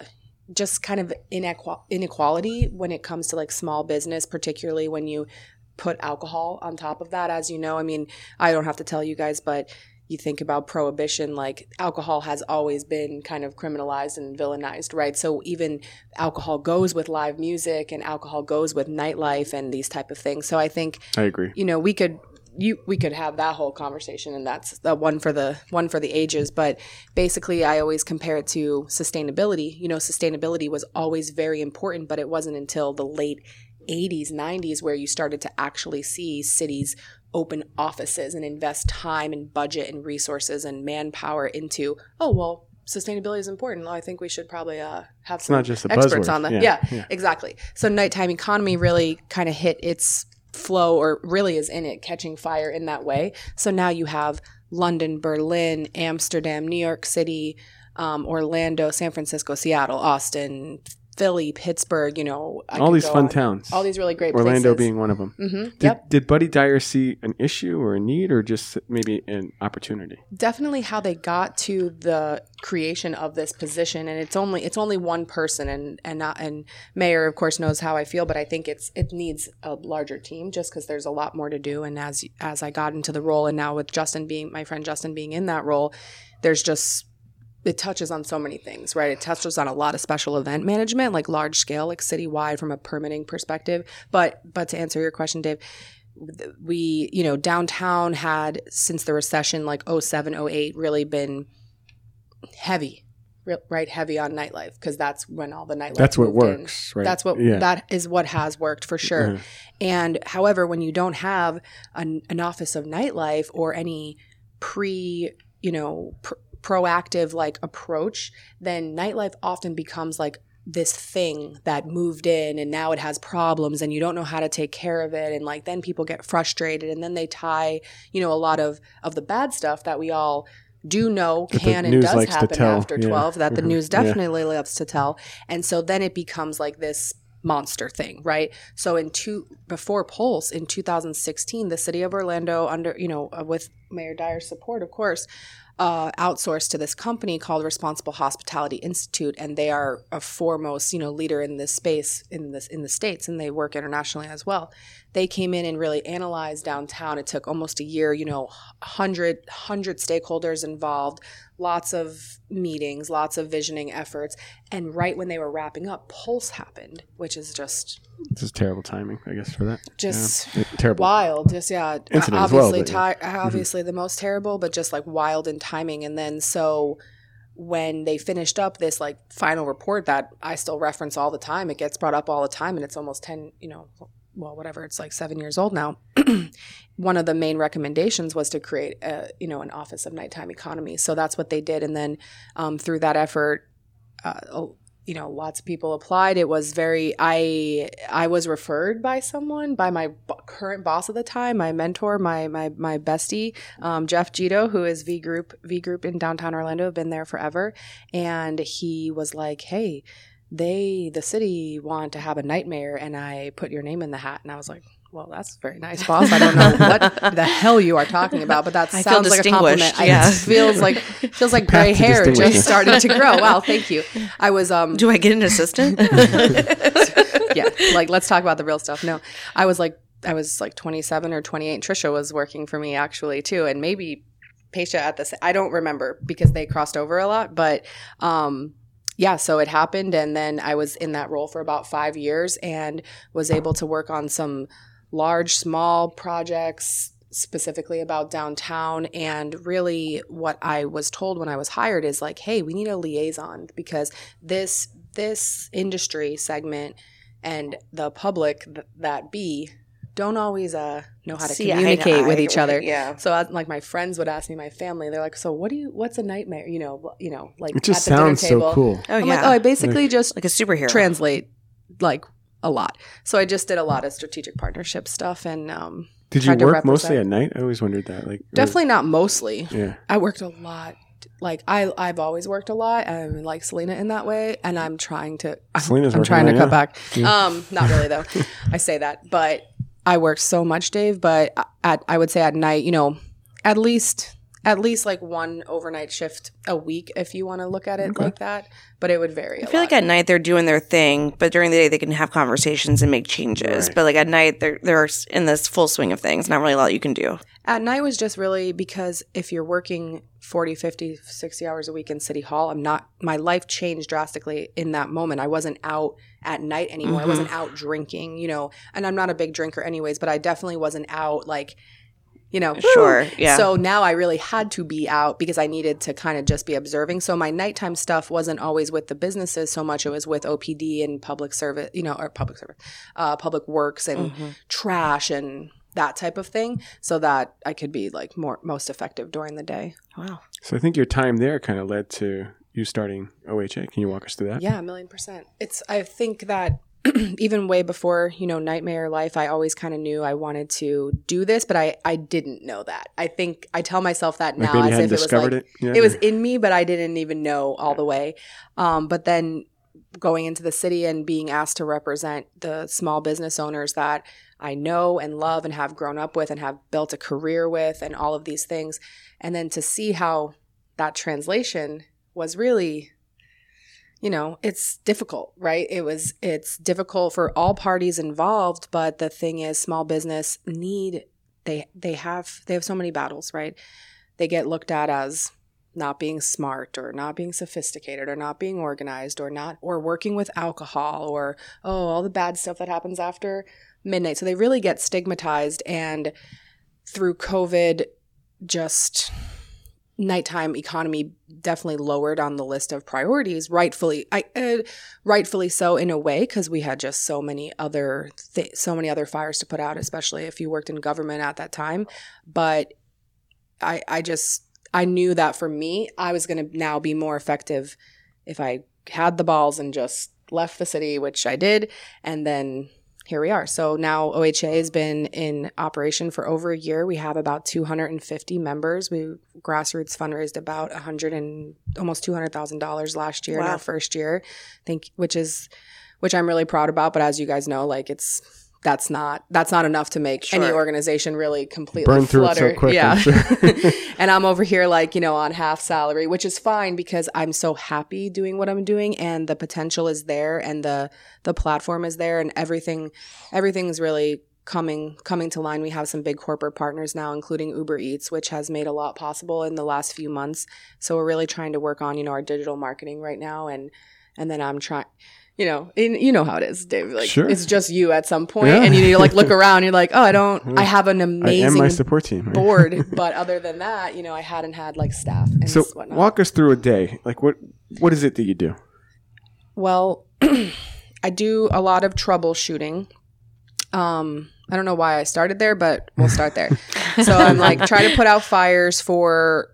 [SPEAKER 7] just kind of inequa- inequality when it comes to like small business particularly when you put alcohol on top of that as you know i mean i don't have to tell you guys but you think about prohibition like alcohol has always been kind of criminalized and villainized right so even alcohol goes with live music and alcohol goes with nightlife and these type of things so i think
[SPEAKER 2] I agree.
[SPEAKER 7] you know we could you we could have that whole conversation and that's the one for the one for the ages but basically i always compare it to sustainability you know sustainability was always very important but it wasn't until the late 80s 90s where you started to actually see cities open offices and invest time and budget and resources and manpower into oh well sustainability is important well, i think we should probably uh, have
[SPEAKER 2] It's
[SPEAKER 7] some
[SPEAKER 2] not just a
[SPEAKER 7] experts
[SPEAKER 2] buzzword.
[SPEAKER 7] on that
[SPEAKER 2] yeah.
[SPEAKER 7] yeah exactly. So nighttime economy really kind of hit its flow or really is in it catching fire in that way. So now you have London, Berlin, Amsterdam, New York City, um, Orlando, San Francisco, Seattle, Austin, Philly, Pittsburgh, you know, I
[SPEAKER 2] All
[SPEAKER 7] could
[SPEAKER 2] these
[SPEAKER 7] go
[SPEAKER 2] fun
[SPEAKER 7] on.
[SPEAKER 2] towns.
[SPEAKER 7] All these really great
[SPEAKER 2] Orlando
[SPEAKER 7] places.
[SPEAKER 2] being one of them.
[SPEAKER 7] Mhm.
[SPEAKER 2] Did,
[SPEAKER 7] yep.
[SPEAKER 2] did Buddy Dyer see an issue or a need or just maybe an opportunity?
[SPEAKER 7] definitely how they got to the creation of this position and it's only it's only one person and and not and mayor of course knows how i feel but i think it's it needs a larger team just because there's a lot more to do and as as i got into the role and now with justin being my friend justin being in that role there's just it touches on so many things, right? It touches on a lot of special event management, like large scale, like citywide from a permitting perspective. But but to answer your question, Dave, th- we, you know, downtown had since the recession like 07, 08 really been heavy, re- right? Heavy on nightlife because that's when all the nightlife
[SPEAKER 2] That's what
[SPEAKER 7] moved in.
[SPEAKER 2] works, right?
[SPEAKER 7] That's what
[SPEAKER 2] Yeah.
[SPEAKER 7] that is what has worked for sure.
[SPEAKER 2] Mhm.
[SPEAKER 7] And however, when you don't have an, an office of nightlife or any pre, you know, pr- proactive like approach, then nightlife often becomes like this thing that moved in and now it has problems and you don't know how to take care of it and like then people get frustrated and then they tie, you know, a lot of of the bad stuff that we all do know
[SPEAKER 2] That the
[SPEAKER 7] can and
[SPEAKER 2] news
[SPEAKER 7] does
[SPEAKER 2] likes to
[SPEAKER 7] happen
[SPEAKER 2] tell,
[SPEAKER 7] after
[SPEAKER 2] yeah.
[SPEAKER 7] 12 that the
[SPEAKER 2] Mhm.
[SPEAKER 7] news
[SPEAKER 2] Yeah.
[SPEAKER 7] definitely loves to tell. And so then it becomes like this monster thing, right? So in two before Pulse in 2016, the city of Orlando under you know uh, with Mayor Dyer's support, of course, uh, outsourced to this company called Responsible Hospitality Institute, and they are a foremost you know leader in this space in this in the states, and they work internationally as well. They came in and really analyzed downtown. It took almost a year, you know, 100, 100 stakeholders involved, lots of meetings, lots of visioning efforts, and right when they were wrapping up, Pulse happened, which is just
[SPEAKER 2] This is terrible timing, I guess, for that.
[SPEAKER 7] just
[SPEAKER 2] Yeah. Terrible.
[SPEAKER 7] wild just yeah
[SPEAKER 2] Incident as well,
[SPEAKER 7] obviously
[SPEAKER 2] but yeah. Mm-hmm.
[SPEAKER 7] ti- obviously the most terrible but just like wild in timing and then so when they finished up this like final report that i still reference all the time it gets brought up all the time and it's almost 10 you know well, whatever, it's like seven years old now. One of the main recommendations was to create, a, you know, an office of nighttime economy. So that's what they did, and then um, through that effort, uh, oh, you know, lots of people applied. It was very I I was referred by someone by my b- current boss at the time, my mentor, my my my bestie, um, Jeff Gito, who is V Group V Group in downtown Orlando, been there forever, and he was like, hey they the city want to have a nightmare and i put your name in the hat and i was like well that's very nice boss i don't know what the hell you are talking about but that
[SPEAKER 4] I feel
[SPEAKER 7] sounds like a compliment
[SPEAKER 4] distinguished, yeah.
[SPEAKER 7] it feels like feels like
[SPEAKER 2] Path
[SPEAKER 7] gray
[SPEAKER 2] to
[SPEAKER 7] hair
[SPEAKER 2] distinguishment.
[SPEAKER 7] just started to grow wow thank you i was um
[SPEAKER 4] Do I get an assistant?
[SPEAKER 7] yeah, like let's talk about the real stuff. No, I was like, I was like 27 or 28. Trisha was working for me actually too, and maybe Paisha at the sa- I don't remember because they crossed over a lot, but um, yeah, so it happened, and then I was in that role for about five years and was able to work on some large, small projects. Specifically about downtown, and really what I was told when I was hired is like, hey, we need a liaison because this this industry segment and the public th- that be don't always uh, know how to
[SPEAKER 4] See eye to
[SPEAKER 7] communicate with
[SPEAKER 4] eye,
[SPEAKER 7] each other.
[SPEAKER 4] right, Yeah.
[SPEAKER 7] So I, like my friends would ask me, my family, they're like, "So what do you? What's a nightmare? You know, you know, like
[SPEAKER 2] It just
[SPEAKER 7] at the dinner
[SPEAKER 2] sounds so
[SPEAKER 7] table."
[SPEAKER 2] cool.
[SPEAKER 4] Oh,
[SPEAKER 7] I'm
[SPEAKER 4] yeah.
[SPEAKER 7] like, oh, I basically just
[SPEAKER 4] like a superhero.
[SPEAKER 7] translate like a lot. So I just did a lot of strategic partnership stuff, and um,
[SPEAKER 2] Did you
[SPEAKER 7] tried to
[SPEAKER 2] work mostly at
[SPEAKER 7] represent.
[SPEAKER 2] night? I always wondered that. Like or-
[SPEAKER 7] definitely not mostly.
[SPEAKER 2] Yeah.
[SPEAKER 7] I worked a lot. Like I, I've always worked a lot. I'm like Selena in that way, and I'm trying to. I'm,
[SPEAKER 2] Selena's
[SPEAKER 7] I'm
[SPEAKER 2] working
[SPEAKER 7] trying to
[SPEAKER 2] right
[SPEAKER 7] cut
[SPEAKER 2] now.
[SPEAKER 7] back.
[SPEAKER 2] Yeah.
[SPEAKER 7] Um, not really though. I say that, but I worked so much, Dave. But at I would say at night, you know, at least at least like one overnight shift a week, if you want to look at it
[SPEAKER 2] Okay.
[SPEAKER 7] like that. But it would vary.
[SPEAKER 4] I
[SPEAKER 7] I
[SPEAKER 4] feel like at night they're doing their thing, but during the day they can have conversations and make changes.
[SPEAKER 2] Right.
[SPEAKER 4] But like at night they're they're in this full swing of things. Not really a lot you can do.
[SPEAKER 7] at night was just really because if you're working 40 50 60 hours a week in city hall i'm not my life changed drastically in that moment i wasn't out at night anymore i
[SPEAKER 4] Mhm.
[SPEAKER 7] wasn't out drinking you know and i'm not a big drinker anyways but i definitely wasn't out like you know woo,
[SPEAKER 4] Sure. Yeah.
[SPEAKER 7] so now I really had to be out because I needed to kind of just be observing. So my nighttime stuff wasn't always with the businesses so much. It was with OPD and public service, you know, or public service, uh, public works and
[SPEAKER 4] Mhm.
[SPEAKER 7] trash and that type of thing so that I could be like more most effective during the day.
[SPEAKER 4] Wow.
[SPEAKER 2] So I think your time there kind of led to you starting OHA. Can you walk us through that?
[SPEAKER 7] Yeah, a million percent. It's I think that even way before, you know, nightmare life, I always kind of knew I wanted to do this, but I I didn't know that. I think I tell myself that
[SPEAKER 2] Like
[SPEAKER 7] now
[SPEAKER 2] maybe you
[SPEAKER 7] as
[SPEAKER 2] hadn't
[SPEAKER 7] if it was like
[SPEAKER 2] discovered it. Yeah.
[SPEAKER 7] it was in me, but I didn't even know all the way. Um, but then going into the city and being asked to represent the small business owners that I know and love and have grown up with and have built a career with and all of these things. And then to see how that translation was really you know it's difficult right it was it's difficult for all parties involved but the thing is small business need they they have they have so many battles right they get looked at as not being smart or not being sophisticated or not being organized or not or working with alcohol or oh all the bad stuff that happens after midnight so they really get stigmatized and through covid just nighttime economy definitely lowered on the list of priorities rightfully i uh, rightfully so in a way because we had just so many other th- so many other fires to put out especially if you worked in government at that time but i i just i knew that for me i was going to now be more effective if i had the balls and just left the city which i did and then here we are. So now OHA has been in operation for over a year. We have about 250 members. We grassroots fundraised about 100 and almost $200,000 last year in
[SPEAKER 4] Wow.
[SPEAKER 7] our first year. Think which is which I'm really proud about, but as you guys know, like it's that's not that's not enough to make any
[SPEAKER 4] Sure.
[SPEAKER 7] organization really completely
[SPEAKER 2] Burn through it so
[SPEAKER 7] flutter.
[SPEAKER 2] quick,
[SPEAKER 7] yeah.
[SPEAKER 2] I'm sure.
[SPEAKER 7] and I'm over here like, you know, on half salary, which is fine because I'm so happy doing what I'm doing and the potential is there and the the platform is there and everything everything's really coming coming to line. We have some big corporate partners now, including Uber Eats, which has made a lot possible in the last few months. So we're really trying to work on, you know, our digital marketing right now and and then I'm trying you know, and you know how it is, Dave. Like
[SPEAKER 2] Sure.
[SPEAKER 7] it's just you at some point,
[SPEAKER 2] Yeah.
[SPEAKER 7] and you need to like look around. You're like, oh, I don't.
[SPEAKER 2] Yeah.
[SPEAKER 7] I have an
[SPEAKER 2] I am my
[SPEAKER 7] amazing
[SPEAKER 2] support team. right?
[SPEAKER 7] bored, but other than that, you know, I hadn't had like staff and
[SPEAKER 2] So
[SPEAKER 7] whatnot.
[SPEAKER 2] walk us through a day. Like what what is it that you do?
[SPEAKER 7] well, I do a lot of troubleshooting. um I don't know why I started there, but we'll start there. so I'm like trying to put out fires for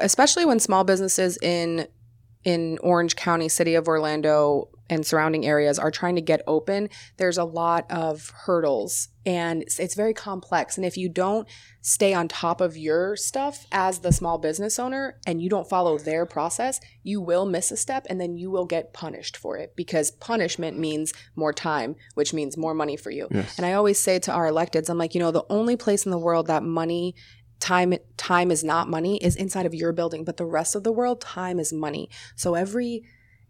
[SPEAKER 7] especially when small businesses in in Orange County, city of Orlando and surrounding areas are trying to get open, there's a lot of hurdles and it's, it's very complex and if you don't stay on top of your stuff as the small business owner and you don't follow their process, you will miss a step and then you will get punished for it because punishment means more time, which means more money for you.
[SPEAKER 2] Yes.
[SPEAKER 7] And I always say to our electeds, I'm like, you know, the only place in the world that money time time is not money is inside of your building, but the rest of the world time is money. So every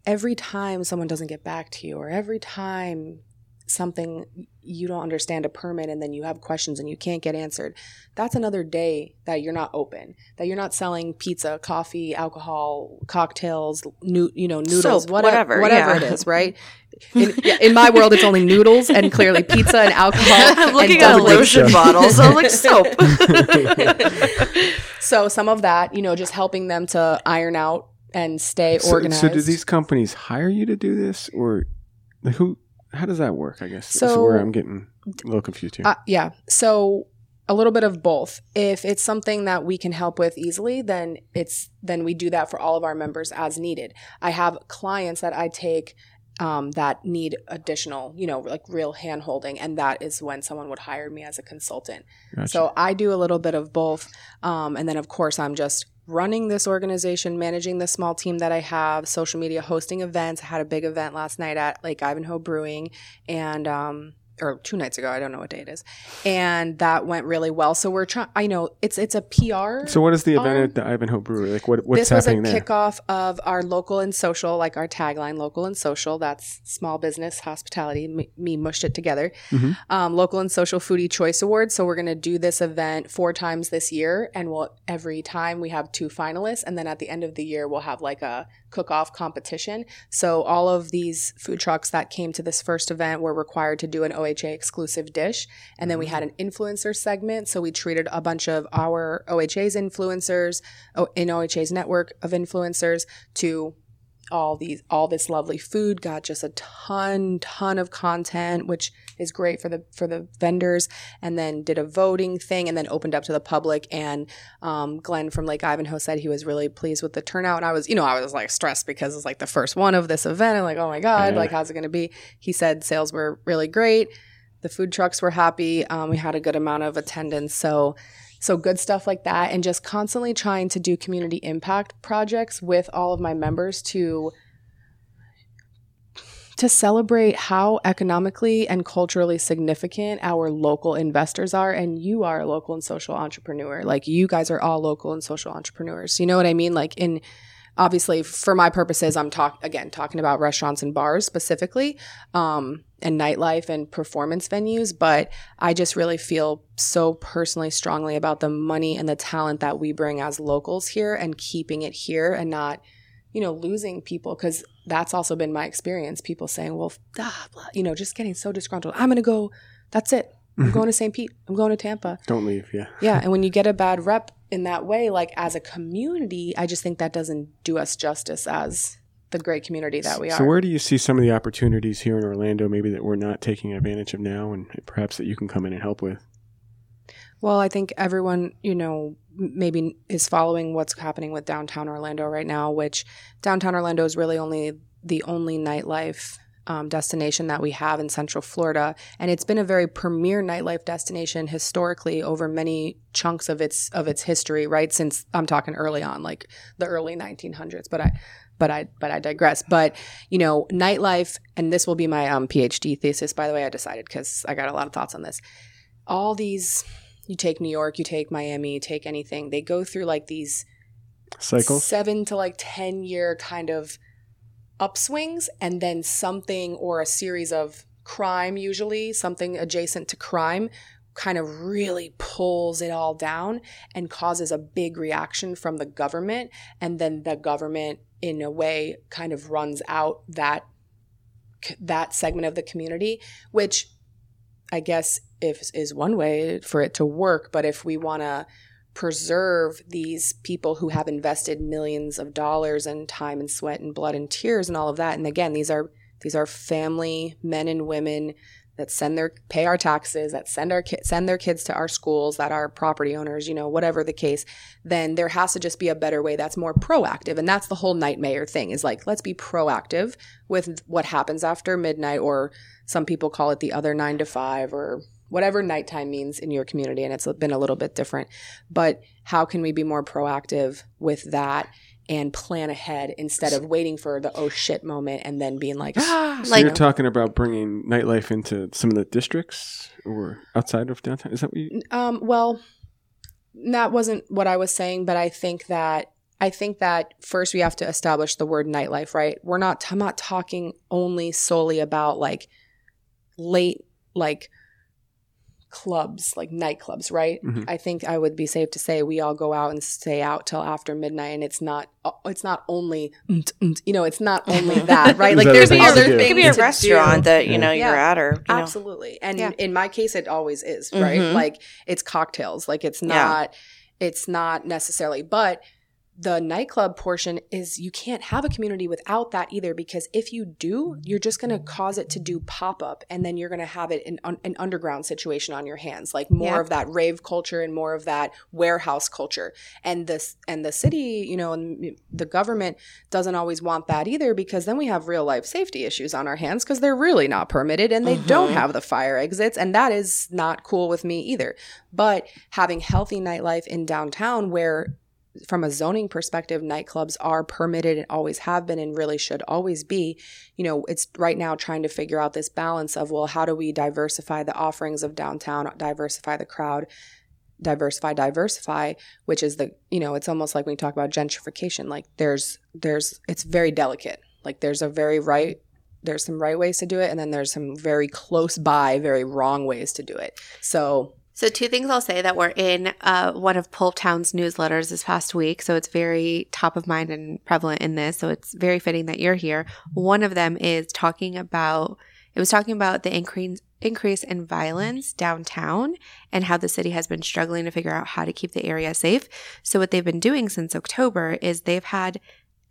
[SPEAKER 7] every time someone doesn't get back to you or every time something you don't understand a permit and then you have questions and you can't get answered that's another day that you're not open that you're not selling pizza coffee alcohol cocktails new you know noodles
[SPEAKER 4] Soap, whatever,
[SPEAKER 7] whatever whatever
[SPEAKER 4] yeah.
[SPEAKER 7] it is right in, yeah, in my world it's only noodles and clearly pizza and alcohol
[SPEAKER 4] I'm
[SPEAKER 7] and
[SPEAKER 4] looking at a
[SPEAKER 7] dumplings.
[SPEAKER 4] lotion bottle, so I'm like soap.
[SPEAKER 7] So some of that, you know, just helping them to iron out and stay
[SPEAKER 2] So,
[SPEAKER 7] organized.
[SPEAKER 2] so do these companies hire you to do this, or like who? How does that work? I guess that's
[SPEAKER 7] So-
[SPEAKER 2] where I'm getting a little confused here.
[SPEAKER 7] Uh, yeah. So a little bit of both. If it's something that we can help with easily, then it's then we do that for all of our members as needed. I have clients that I take um, that need additional, you know, like real hand holding, and that is when someone would hire me as a consultant.
[SPEAKER 2] Gotcha.
[SPEAKER 7] So I do a little bit of both. Um, and then, of course, I'm just running this organization, managing the small team that I have, social media, hosting events. I had a big event last night at Lake Ivanhoe Brewing and, um, or two nights ago, I don't know what day it is, and that went really well. So we're trying. I know it's it's a PR.
[SPEAKER 2] So what is the event
[SPEAKER 7] Um,
[SPEAKER 2] at the Ivanhoe Brewery? Like what what's
[SPEAKER 7] this was a
[SPEAKER 2] happening there?
[SPEAKER 7] kickoff of our local and social, like our tagline, local and social. That's small business hospitality. Me, me mushed it together.
[SPEAKER 2] Mhm.
[SPEAKER 7] Um, local and social foodie choice awards. So we're going to do this event four times this year, and we'll every time we have two finalists, and then at the end of the year we'll have like a cook-off competition. So all of these food trucks that came to this first event were required to do an OHA exclusive dish, and then we
[SPEAKER 2] Mm-hmm.
[SPEAKER 7] had an influencer segment. So we treated a bunch of our OHA's influencers O- in OHA's network of influencers to all these all this lovely food got just a ton ton of content which is great for the for the vendors and then did a voting thing and then opened up to the public and um, glenn from lake ivanhoe said he was really pleased with the turnout and i was you know i was like stressed because it's like the first one of this event and like oh my god
[SPEAKER 2] Yeah.
[SPEAKER 7] like how's it going to be he said sales were really great the food trucks were happy um, we had a good amount of attendance so so good stuff like that and just constantly trying to do community impact projects with all of my members to to celebrate how economically and culturally significant our local investors are and you are a local and social entrepreneur like you guys are all local and social entrepreneurs you know what i mean like in obviously for my purposes i'm talk again talking about restaurants and bars specifically um, and nightlife and performance venues but i just really feel so personally strongly about the money and the talent that we bring as locals here and keeping it here and not you know losing people because that's also been my experience people saying well f- ah, blah, you know just getting so disgruntled i'm gonna go that's it
[SPEAKER 2] Mm-hmm.
[SPEAKER 7] i'm going to st pete i'm going to tampa
[SPEAKER 2] Don't leave, yeah.
[SPEAKER 7] yeah, and when you get a bad rep in that way, like as a community, I just think that doesn't do us justice as the great community that we are.
[SPEAKER 2] So where do you see some of the opportunities here in Orlando maybe that we're not taking advantage of now and perhaps that you can come in and help with?
[SPEAKER 7] Well, I think everyone, you know, m- maybe is following what's happening with downtown Orlando right now, which downtown Orlando is really only the only nightlife um, destination that we have in Central Florida. And it's been a very premier nightlife destination historically over many chunks of its of its history, right? Since I'm talking early on, like the early 1900s, but I but I but I digress. But you know, nightlife, and this will be my um, PhD thesis, by the way. I decided because I got a lot of thoughts on this. All these you take New York, you take Miami, you take anything, they go through like these
[SPEAKER 2] Cycles?
[SPEAKER 7] seven to like 10 year kind of upswings, and then something or a series of crime, usually something adjacent to crime, kind of really pulls it all down and causes a big reaction from the government. And then the government, in a way, kind of runs out that that segment of the community, which I guess if is one way for it to work, but if we want to preserve these people who have invested millions of dollars and time and sweat and blood and tears and all of that, and again, these are these are family men and women that send their pay our taxes, that send our ki- send their kids to our schools, that are property owners, you know, whatever the case, then there has to just be a better way that's more proactive. And that's the whole nightmare thing is like let's be proactive with what happens after midnight or some people call it the other 9 to 5 or whatever nighttime means in your community and it's been a little bit different. But how can we be more proactive with that? And plan ahead instead of waiting for the oh shit moment and then being like, ah,
[SPEAKER 2] So
[SPEAKER 3] Like-
[SPEAKER 2] you're talking about bringing nightlife into some of the districts or outside of downtown. Is that what you?
[SPEAKER 7] Um, well, that wasn't what I was saying, but I think that I think that first we have to establish the word nightlife, right? We're not I'm not talking only solely about like late like clubs, like nightclubs, right?
[SPEAKER 2] Mhm.
[SPEAKER 7] I think I would be safe to say we all go out and stay out till after midnight and it's not uh, it's not only you know, it's not only that, right?
[SPEAKER 2] Is
[SPEAKER 7] Like
[SPEAKER 2] that
[SPEAKER 7] there's
[SPEAKER 2] the thing
[SPEAKER 7] other
[SPEAKER 2] to do?
[SPEAKER 7] things
[SPEAKER 4] It could be a
[SPEAKER 7] to do.
[SPEAKER 4] restaurant that you
[SPEAKER 2] Yeah.
[SPEAKER 4] know you're
[SPEAKER 7] Yeah.
[SPEAKER 4] at, or you know.
[SPEAKER 7] Absolutely. And
[SPEAKER 3] Yeah.
[SPEAKER 7] in my case, it always is, right?
[SPEAKER 4] Mhm.
[SPEAKER 7] Like it's cocktails. Like it's
[SPEAKER 4] Yeah.
[SPEAKER 7] not, it's not necessarily, but the nightclub portion is you can't have a community without that either because if you do you're just going to cause it to do pop up and then you're going to have it in un- an underground situation on your hands like more
[SPEAKER 3] Yeah.
[SPEAKER 7] of that rave culture and more of that warehouse culture and this and the city you know and the government doesn't always want that either because then we have real life safety issues on our hands because they're really not permitted and they don't
[SPEAKER 4] Mhm.
[SPEAKER 7] have the fire exits and that is not cool with me either but having healthy nightlife in downtown where from a zoning perspective nightclubs are permitted and always have been and really should always be you know it's right now trying to figure out this balance of well how do we diversify the offerings of downtown diversify the crowd diversify diversify which is the you know it's almost like when you talk about gentrification like there's there's it's very delicate like there's a very right there's some right ways to do it and then there's some very close by very wrong ways to do it so
[SPEAKER 3] So two things I'll say that were in uh, one of Pulp Town's newsletters this past week. So it's very top of mind and prevalent in this. So it's very fitting that you're here. One of them is talking about it was talking about the increase increase in violence downtown and how the city has been struggling to figure out how to keep the area safe. So what they've been doing since October is they've had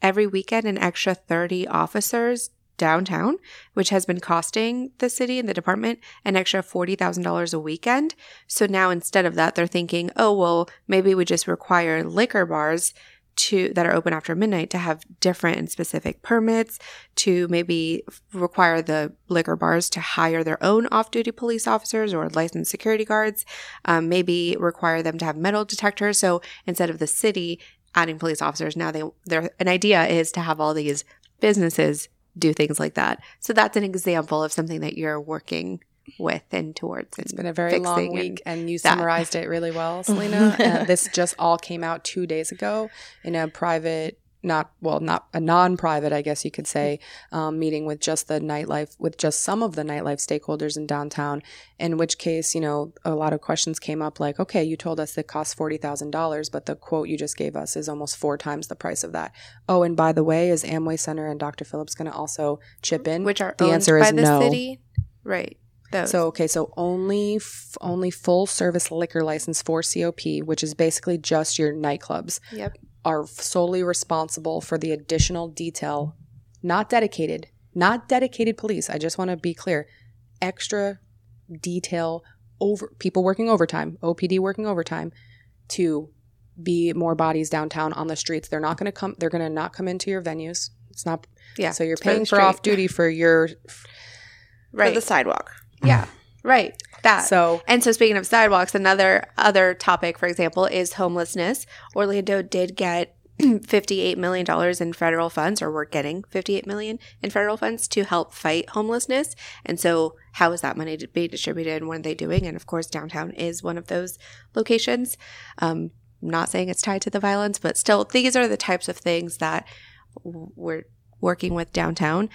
[SPEAKER 3] every weekend an extra 30 officers downtown, which has been costing the city and the department an extra $40,000 a weekend. So now instead of that, they're thinking, oh, well, maybe we just require liquor bars to that are open after midnight to have different and specific permits to maybe f- require the liquor bars to hire their own off-duty police officers or licensed security guards um, maybe require them to have metal detectors so instead of the city adding police officers now they their an idea is to have all these businesses do things like that so that's an example of something that you're working with and towards
[SPEAKER 7] It's
[SPEAKER 3] and
[SPEAKER 7] been a very
[SPEAKER 3] fixing
[SPEAKER 7] long
[SPEAKER 3] and-
[SPEAKER 7] week, and, you
[SPEAKER 3] that.
[SPEAKER 7] summarized it really well, Selena. Uh, this just all came out two days ago in a private, not well, not a non-private, I guess you could say, um, meeting with just the nightlife, with just some of the nightlife stakeholders in downtown. In which case, you know, a lot of questions came up, like, okay, you told us it costs forty thousand dollars, but the quote you just gave us is almost four times the price of that. Oh, and by the way, is Amway Center and Dr. Phillips going to also chip in?
[SPEAKER 3] which are
[SPEAKER 7] The
[SPEAKER 3] owned
[SPEAKER 7] answer
[SPEAKER 3] by
[SPEAKER 7] is
[SPEAKER 3] the
[SPEAKER 7] no.
[SPEAKER 3] city, right? Those.
[SPEAKER 7] So okay, so only f- only full service liquor license for COP, which is basically just your nightclubs,
[SPEAKER 3] yep,
[SPEAKER 7] are solely responsible for the additional detail, not dedicated, not dedicated police. I just want to be clear, extra detail over people working overtime, OPD working overtime, to be more bodies downtown on the streets. They're not going to come. They're going to not come into your venues. It's not.
[SPEAKER 3] yeah.
[SPEAKER 7] so you're
[SPEAKER 3] it's for the
[SPEAKER 7] paying for
[SPEAKER 3] street.
[SPEAKER 7] off duty for your
[SPEAKER 4] for
[SPEAKER 3] right?
[SPEAKER 4] the sidewalk.
[SPEAKER 3] yeah, right. That.
[SPEAKER 7] so
[SPEAKER 3] and so speaking of sidewalks, another other topic, for example, is homelessness. Orlando did get. $58 million in federal funds, or we're getting $58 million in federal funds to help fight homelessness. And so, how is that money to be distributed and what are they doing? And of course, downtown is one of those locations. Um, not saying it's tied to the violence, but still, these are the types of things that w- we're working with downtown.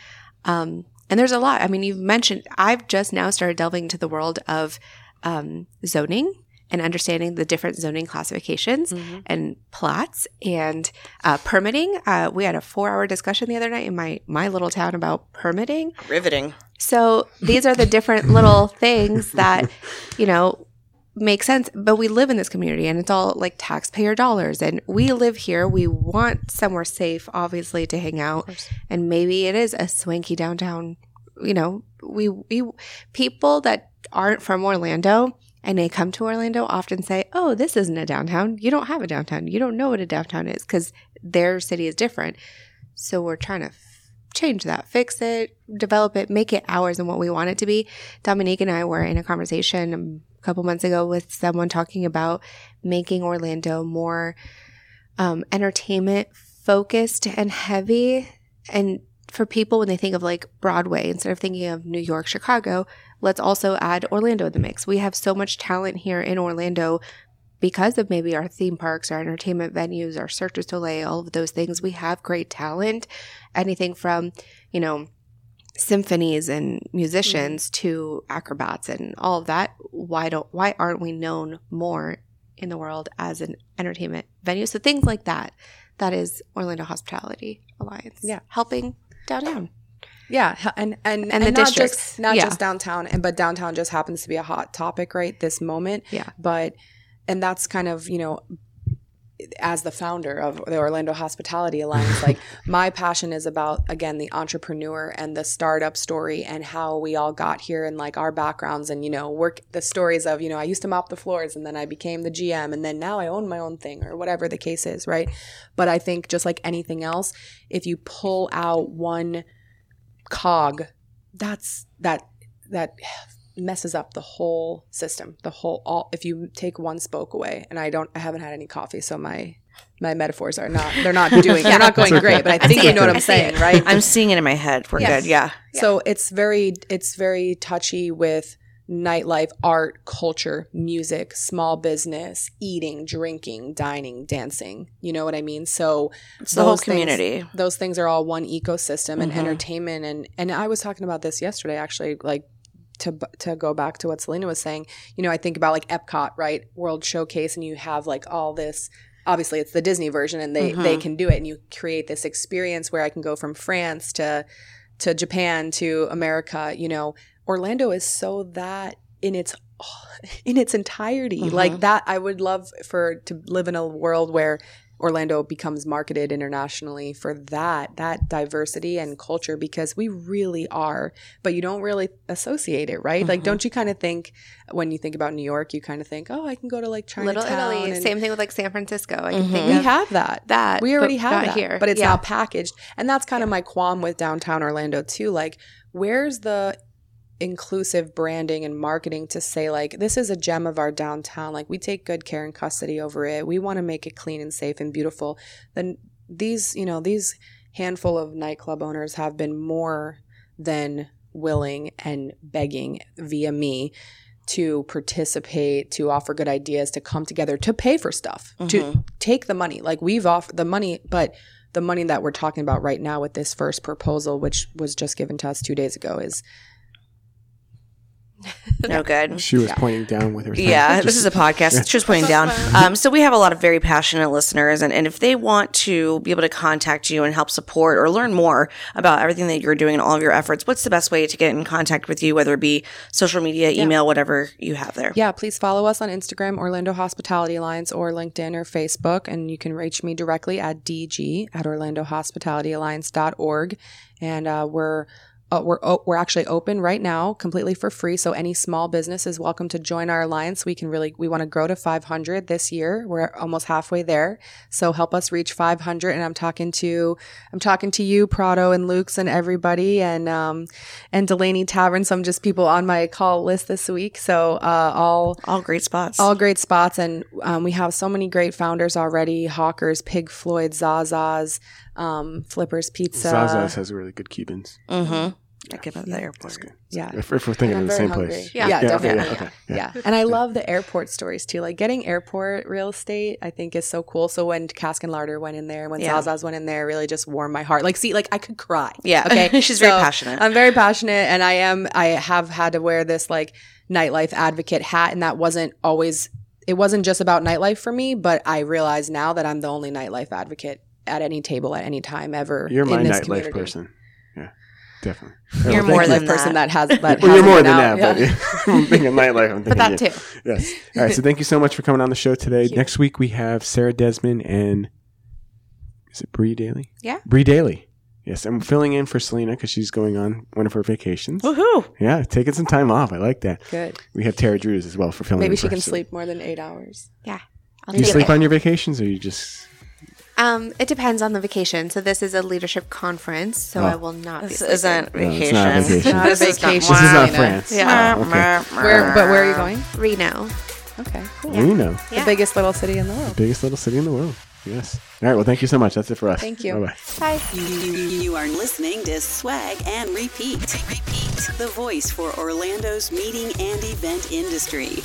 [SPEAKER 3] Um, and there's a lot. I mean, you've mentioned, I've just now started delving into the world of um, zoning and understanding the different zoning classifications and plots and uh, permitting. Uh, we had a four hour discussion the other night in my, my little town about permitting.
[SPEAKER 4] Riveting.
[SPEAKER 3] So these are the different little things that, you know, make sense. But we live in this community and it's all like taxpayer dollars. And we live here. We want somewhere safe, obviously, to hang out. And maybe it is a swanky downtown, you know, we we people that aren't from Orlando and they come to Orlando often say, "Oh, this isn't a downtown. You don't have a downtown. You don't know what a downtown is because their city is different." So we're trying to f- change that, fix it, develop it, make it ours and what we want it to be. Dominique and I were in a conversation a couple months ago with someone talking about making Orlando more um, entertainment focused and heavy and for people when they think of like Broadway, instead of thinking of New York, Chicago, let's also add Orlando in the mix. We have so much talent here in Orlando because of maybe our theme parks, our entertainment venues, our Cirque du Soleil, all of those things. We have great talent. Anything from, you know, symphonies and musicians
[SPEAKER 7] Mm-hmm.
[SPEAKER 3] to acrobats and all of that. Why don't why aren't we known more in the world as an entertainment venue? So things like that. That is Orlando Hospitality Alliance.
[SPEAKER 7] Yeah.
[SPEAKER 3] Helping downtown.
[SPEAKER 7] Yeah, h- and and
[SPEAKER 3] And the
[SPEAKER 7] not
[SPEAKER 3] districts.
[SPEAKER 7] just not
[SPEAKER 3] Yeah.
[SPEAKER 7] just downtown, and but downtown just happens to be a hot topic right this moment.
[SPEAKER 3] Yeah.
[SPEAKER 7] but and that's kind of you know, as the founder of the Orlando Hospitality Alliance, like my passion is about again the entrepreneur and the startup story and how we all got here and like our backgrounds and you know work the stories of you know I used to mop the floors and then I became the GM and then now I own my own thing or whatever the case is, right? But I think just like anything else, if you pull out one cog that's that that messes up the whole system the whole all if you take one spoke away and i don't i haven't had any coffee so my my metaphors are not they're not doing they're not going
[SPEAKER 2] It's okay.
[SPEAKER 7] great but i
[SPEAKER 4] I
[SPEAKER 7] think
[SPEAKER 4] see
[SPEAKER 7] you
[SPEAKER 4] it.
[SPEAKER 7] know what
[SPEAKER 4] I
[SPEAKER 7] i'm
[SPEAKER 4] see
[SPEAKER 7] saying
[SPEAKER 4] it.
[SPEAKER 7] right
[SPEAKER 4] I'm seeing it in my head. We're
[SPEAKER 7] Yes.
[SPEAKER 4] good. Yeah.
[SPEAKER 7] so it's very it's very touchy with nightlife, art, culture, music, small business, eating, drinking, dining, dancing. You know what I mean? So
[SPEAKER 4] It's the whole
[SPEAKER 7] those things-
[SPEAKER 4] community.
[SPEAKER 7] those things are all one ecosystem and
[SPEAKER 4] Mhm.
[SPEAKER 7] entertainment and and I was talking about this yesterday actually like to b- to go back to what Selena was saying, you know, I think about like Epcot, right? World Showcase and you have like all this obviously it's the Disney version and they they
[SPEAKER 4] Mhm.
[SPEAKER 7] can do it and you create this experience where I can go from France to to Japan to America, you know, Orlando is so that in its in its entirety.
[SPEAKER 4] Mhm.
[SPEAKER 7] Like that I would love for to live in a world where Orlando becomes marketed internationally for that that diversity and culture because we really are, but you don't really associate it, right? Like
[SPEAKER 3] Mm-hmm.
[SPEAKER 4] Mhm.
[SPEAKER 7] don't you kind of think when you think about New York, you kind of think, "Oh, I can go to like Chinatown."
[SPEAKER 3] Little Italy.
[SPEAKER 7] and- Mm-hmm.
[SPEAKER 3] Same thing with like San Francisco. I can
[SPEAKER 4] Mhm.
[SPEAKER 3] think
[SPEAKER 7] We
[SPEAKER 3] of
[SPEAKER 7] have that.
[SPEAKER 3] that.
[SPEAKER 7] We already
[SPEAKER 3] but
[SPEAKER 7] have
[SPEAKER 3] not
[SPEAKER 7] that
[SPEAKER 3] here,
[SPEAKER 7] here, but it's
[SPEAKER 3] Yeah.
[SPEAKER 7] now packaged, and that's kind of my qualm with downtown Orlando too. Like, where's the inclusive branding and marketing to say like this is a gem of our downtown? Like, we take good care and custody over it. We want to make it clean and safe and beautiful. Then these, you know, these handful of nightclub owners have been more than willing and begging via me to participate, to offer good ideas, to come together, to pay for stuff, to
[SPEAKER 4] Mhm.
[SPEAKER 7] take the money. Like we've offered the money, but the money that we're talking about right now with this first proposal, which was just given to us two days ago, is
[SPEAKER 4] No good.
[SPEAKER 2] She was pointing down with her. thumb.
[SPEAKER 4] Yeah,
[SPEAKER 2] Just-
[SPEAKER 4] this is a podcast.
[SPEAKER 2] Yeah.
[SPEAKER 4] It's just pointing down. Um, so we have a lot of very passionate listeners, and, and if they want to be able to contact you and help support or learn more about everything that you're doing and all of your efforts, what's the best way to get in contact with you, whether it be social media, email, whatever you have there?
[SPEAKER 7] yeah, please follow us on Instagram, Orlando Hospitality Alliance, or LinkedIn or Facebook. And you can reach me directly at dg at orlandohospitalityalliance.org. And uh, we're uh, we're, o- we're actually open right now completely for free so any small business is welcome to join our alliance we can really we want to grow to 500 this year we're almost halfway there so help us reach 500 and i'm talking to i'm talking to you prado and luke's and everybody and um and delaney tavern some just people on my call list this week so uh all
[SPEAKER 4] All great spots.
[SPEAKER 7] all great spots, and um, we have so many great founders already: Hawkers, Pig Floyd, Zazas, um, Flippers Pizza. Mm,
[SPEAKER 2] Zaza's has really good Cubans.
[SPEAKER 4] mm-hmm. I give up the airport.
[SPEAKER 2] That's good.
[SPEAKER 7] Yeah,
[SPEAKER 2] If, if we're thinking
[SPEAKER 7] I'm
[SPEAKER 2] of the
[SPEAKER 7] very
[SPEAKER 2] same
[SPEAKER 7] hungry.
[SPEAKER 2] place.
[SPEAKER 7] Yeah, definitely.
[SPEAKER 2] okay, yeah.
[SPEAKER 7] yeah. And I love the airport stories too. Like getting airport real estate, I think is so cool. So when Cask and Larder went in there, when
[SPEAKER 4] Yeah.
[SPEAKER 7] Zaza's went in there, it really just warmed my heart. Like, see, like I could cry.
[SPEAKER 4] Yeah.
[SPEAKER 7] Okay.
[SPEAKER 4] She's very
[SPEAKER 7] So,
[SPEAKER 4] passionate.
[SPEAKER 2] um,
[SPEAKER 7] I'm very passionate and I am, I have had to wear this like nightlife advocate hat. And that wasn't always, it wasn't just about nightlife for me, but I realize now that I'm the only nightlife advocate at any table at any time ever.
[SPEAKER 2] You're my
[SPEAKER 7] in this
[SPEAKER 2] nightlife
[SPEAKER 7] community.
[SPEAKER 2] person. Yeah, definitely.
[SPEAKER 4] You're
[SPEAKER 2] Well,
[SPEAKER 4] more
[SPEAKER 2] thank
[SPEAKER 4] than
[SPEAKER 7] Nightlife person
[SPEAKER 4] that.
[SPEAKER 7] that has, that
[SPEAKER 2] Well, you're
[SPEAKER 7] has
[SPEAKER 2] more
[SPEAKER 7] it
[SPEAKER 2] than
[SPEAKER 7] out.
[SPEAKER 2] that, but
[SPEAKER 7] Yeah.
[SPEAKER 2] yeah. I'm thinking of nightlife. I'm thinking
[SPEAKER 3] but that
[SPEAKER 2] you.
[SPEAKER 3] too.
[SPEAKER 2] Yes. All right. So thank you so much for coming on the show today. Next week we have Sarah Desmond and is it Bree Daly?
[SPEAKER 3] Yeah.
[SPEAKER 2] Bree Daly. Yes, I'm filling in for Selena because she's going on one of her vacations.
[SPEAKER 4] Woohoo!
[SPEAKER 2] Yeah, taking some time off. I like that.
[SPEAKER 7] Good.
[SPEAKER 2] We have Tara Drews as well for filling.
[SPEAKER 7] Maybe
[SPEAKER 2] in
[SPEAKER 7] she
[SPEAKER 2] for
[SPEAKER 7] can
[SPEAKER 2] us.
[SPEAKER 7] sleep more than eight hours.
[SPEAKER 3] I'll
[SPEAKER 2] Do you
[SPEAKER 3] take
[SPEAKER 2] sleep
[SPEAKER 3] it.
[SPEAKER 2] on your vacations, or you just?
[SPEAKER 3] Um, it depends on the vacation. So this is a leadership conference, so
[SPEAKER 2] Oh.
[SPEAKER 3] I will not be.
[SPEAKER 4] This
[SPEAKER 3] sleeping.
[SPEAKER 4] isn't
[SPEAKER 2] No, it's
[SPEAKER 4] vacation.
[SPEAKER 2] not vacation.
[SPEAKER 7] Not a
[SPEAKER 4] This is not-
[SPEAKER 7] vacation.
[SPEAKER 2] This is not
[SPEAKER 7] Wow.
[SPEAKER 2] France.
[SPEAKER 3] Yeah.
[SPEAKER 2] Oh, okay.
[SPEAKER 7] Where, but where are you going?
[SPEAKER 3] Reno.
[SPEAKER 7] Okay, cool.
[SPEAKER 2] Reno,
[SPEAKER 3] Yeah.
[SPEAKER 7] The biggest little city in the world.
[SPEAKER 2] biggest little city in the world. Yes. All right. Well, thank you so much. That's it for us.
[SPEAKER 7] Thank you.
[SPEAKER 2] Bye bye.
[SPEAKER 3] Bye.
[SPEAKER 6] You are listening to Swag and Repeat. Repeat. The voice for Orlando's meeting and event industry.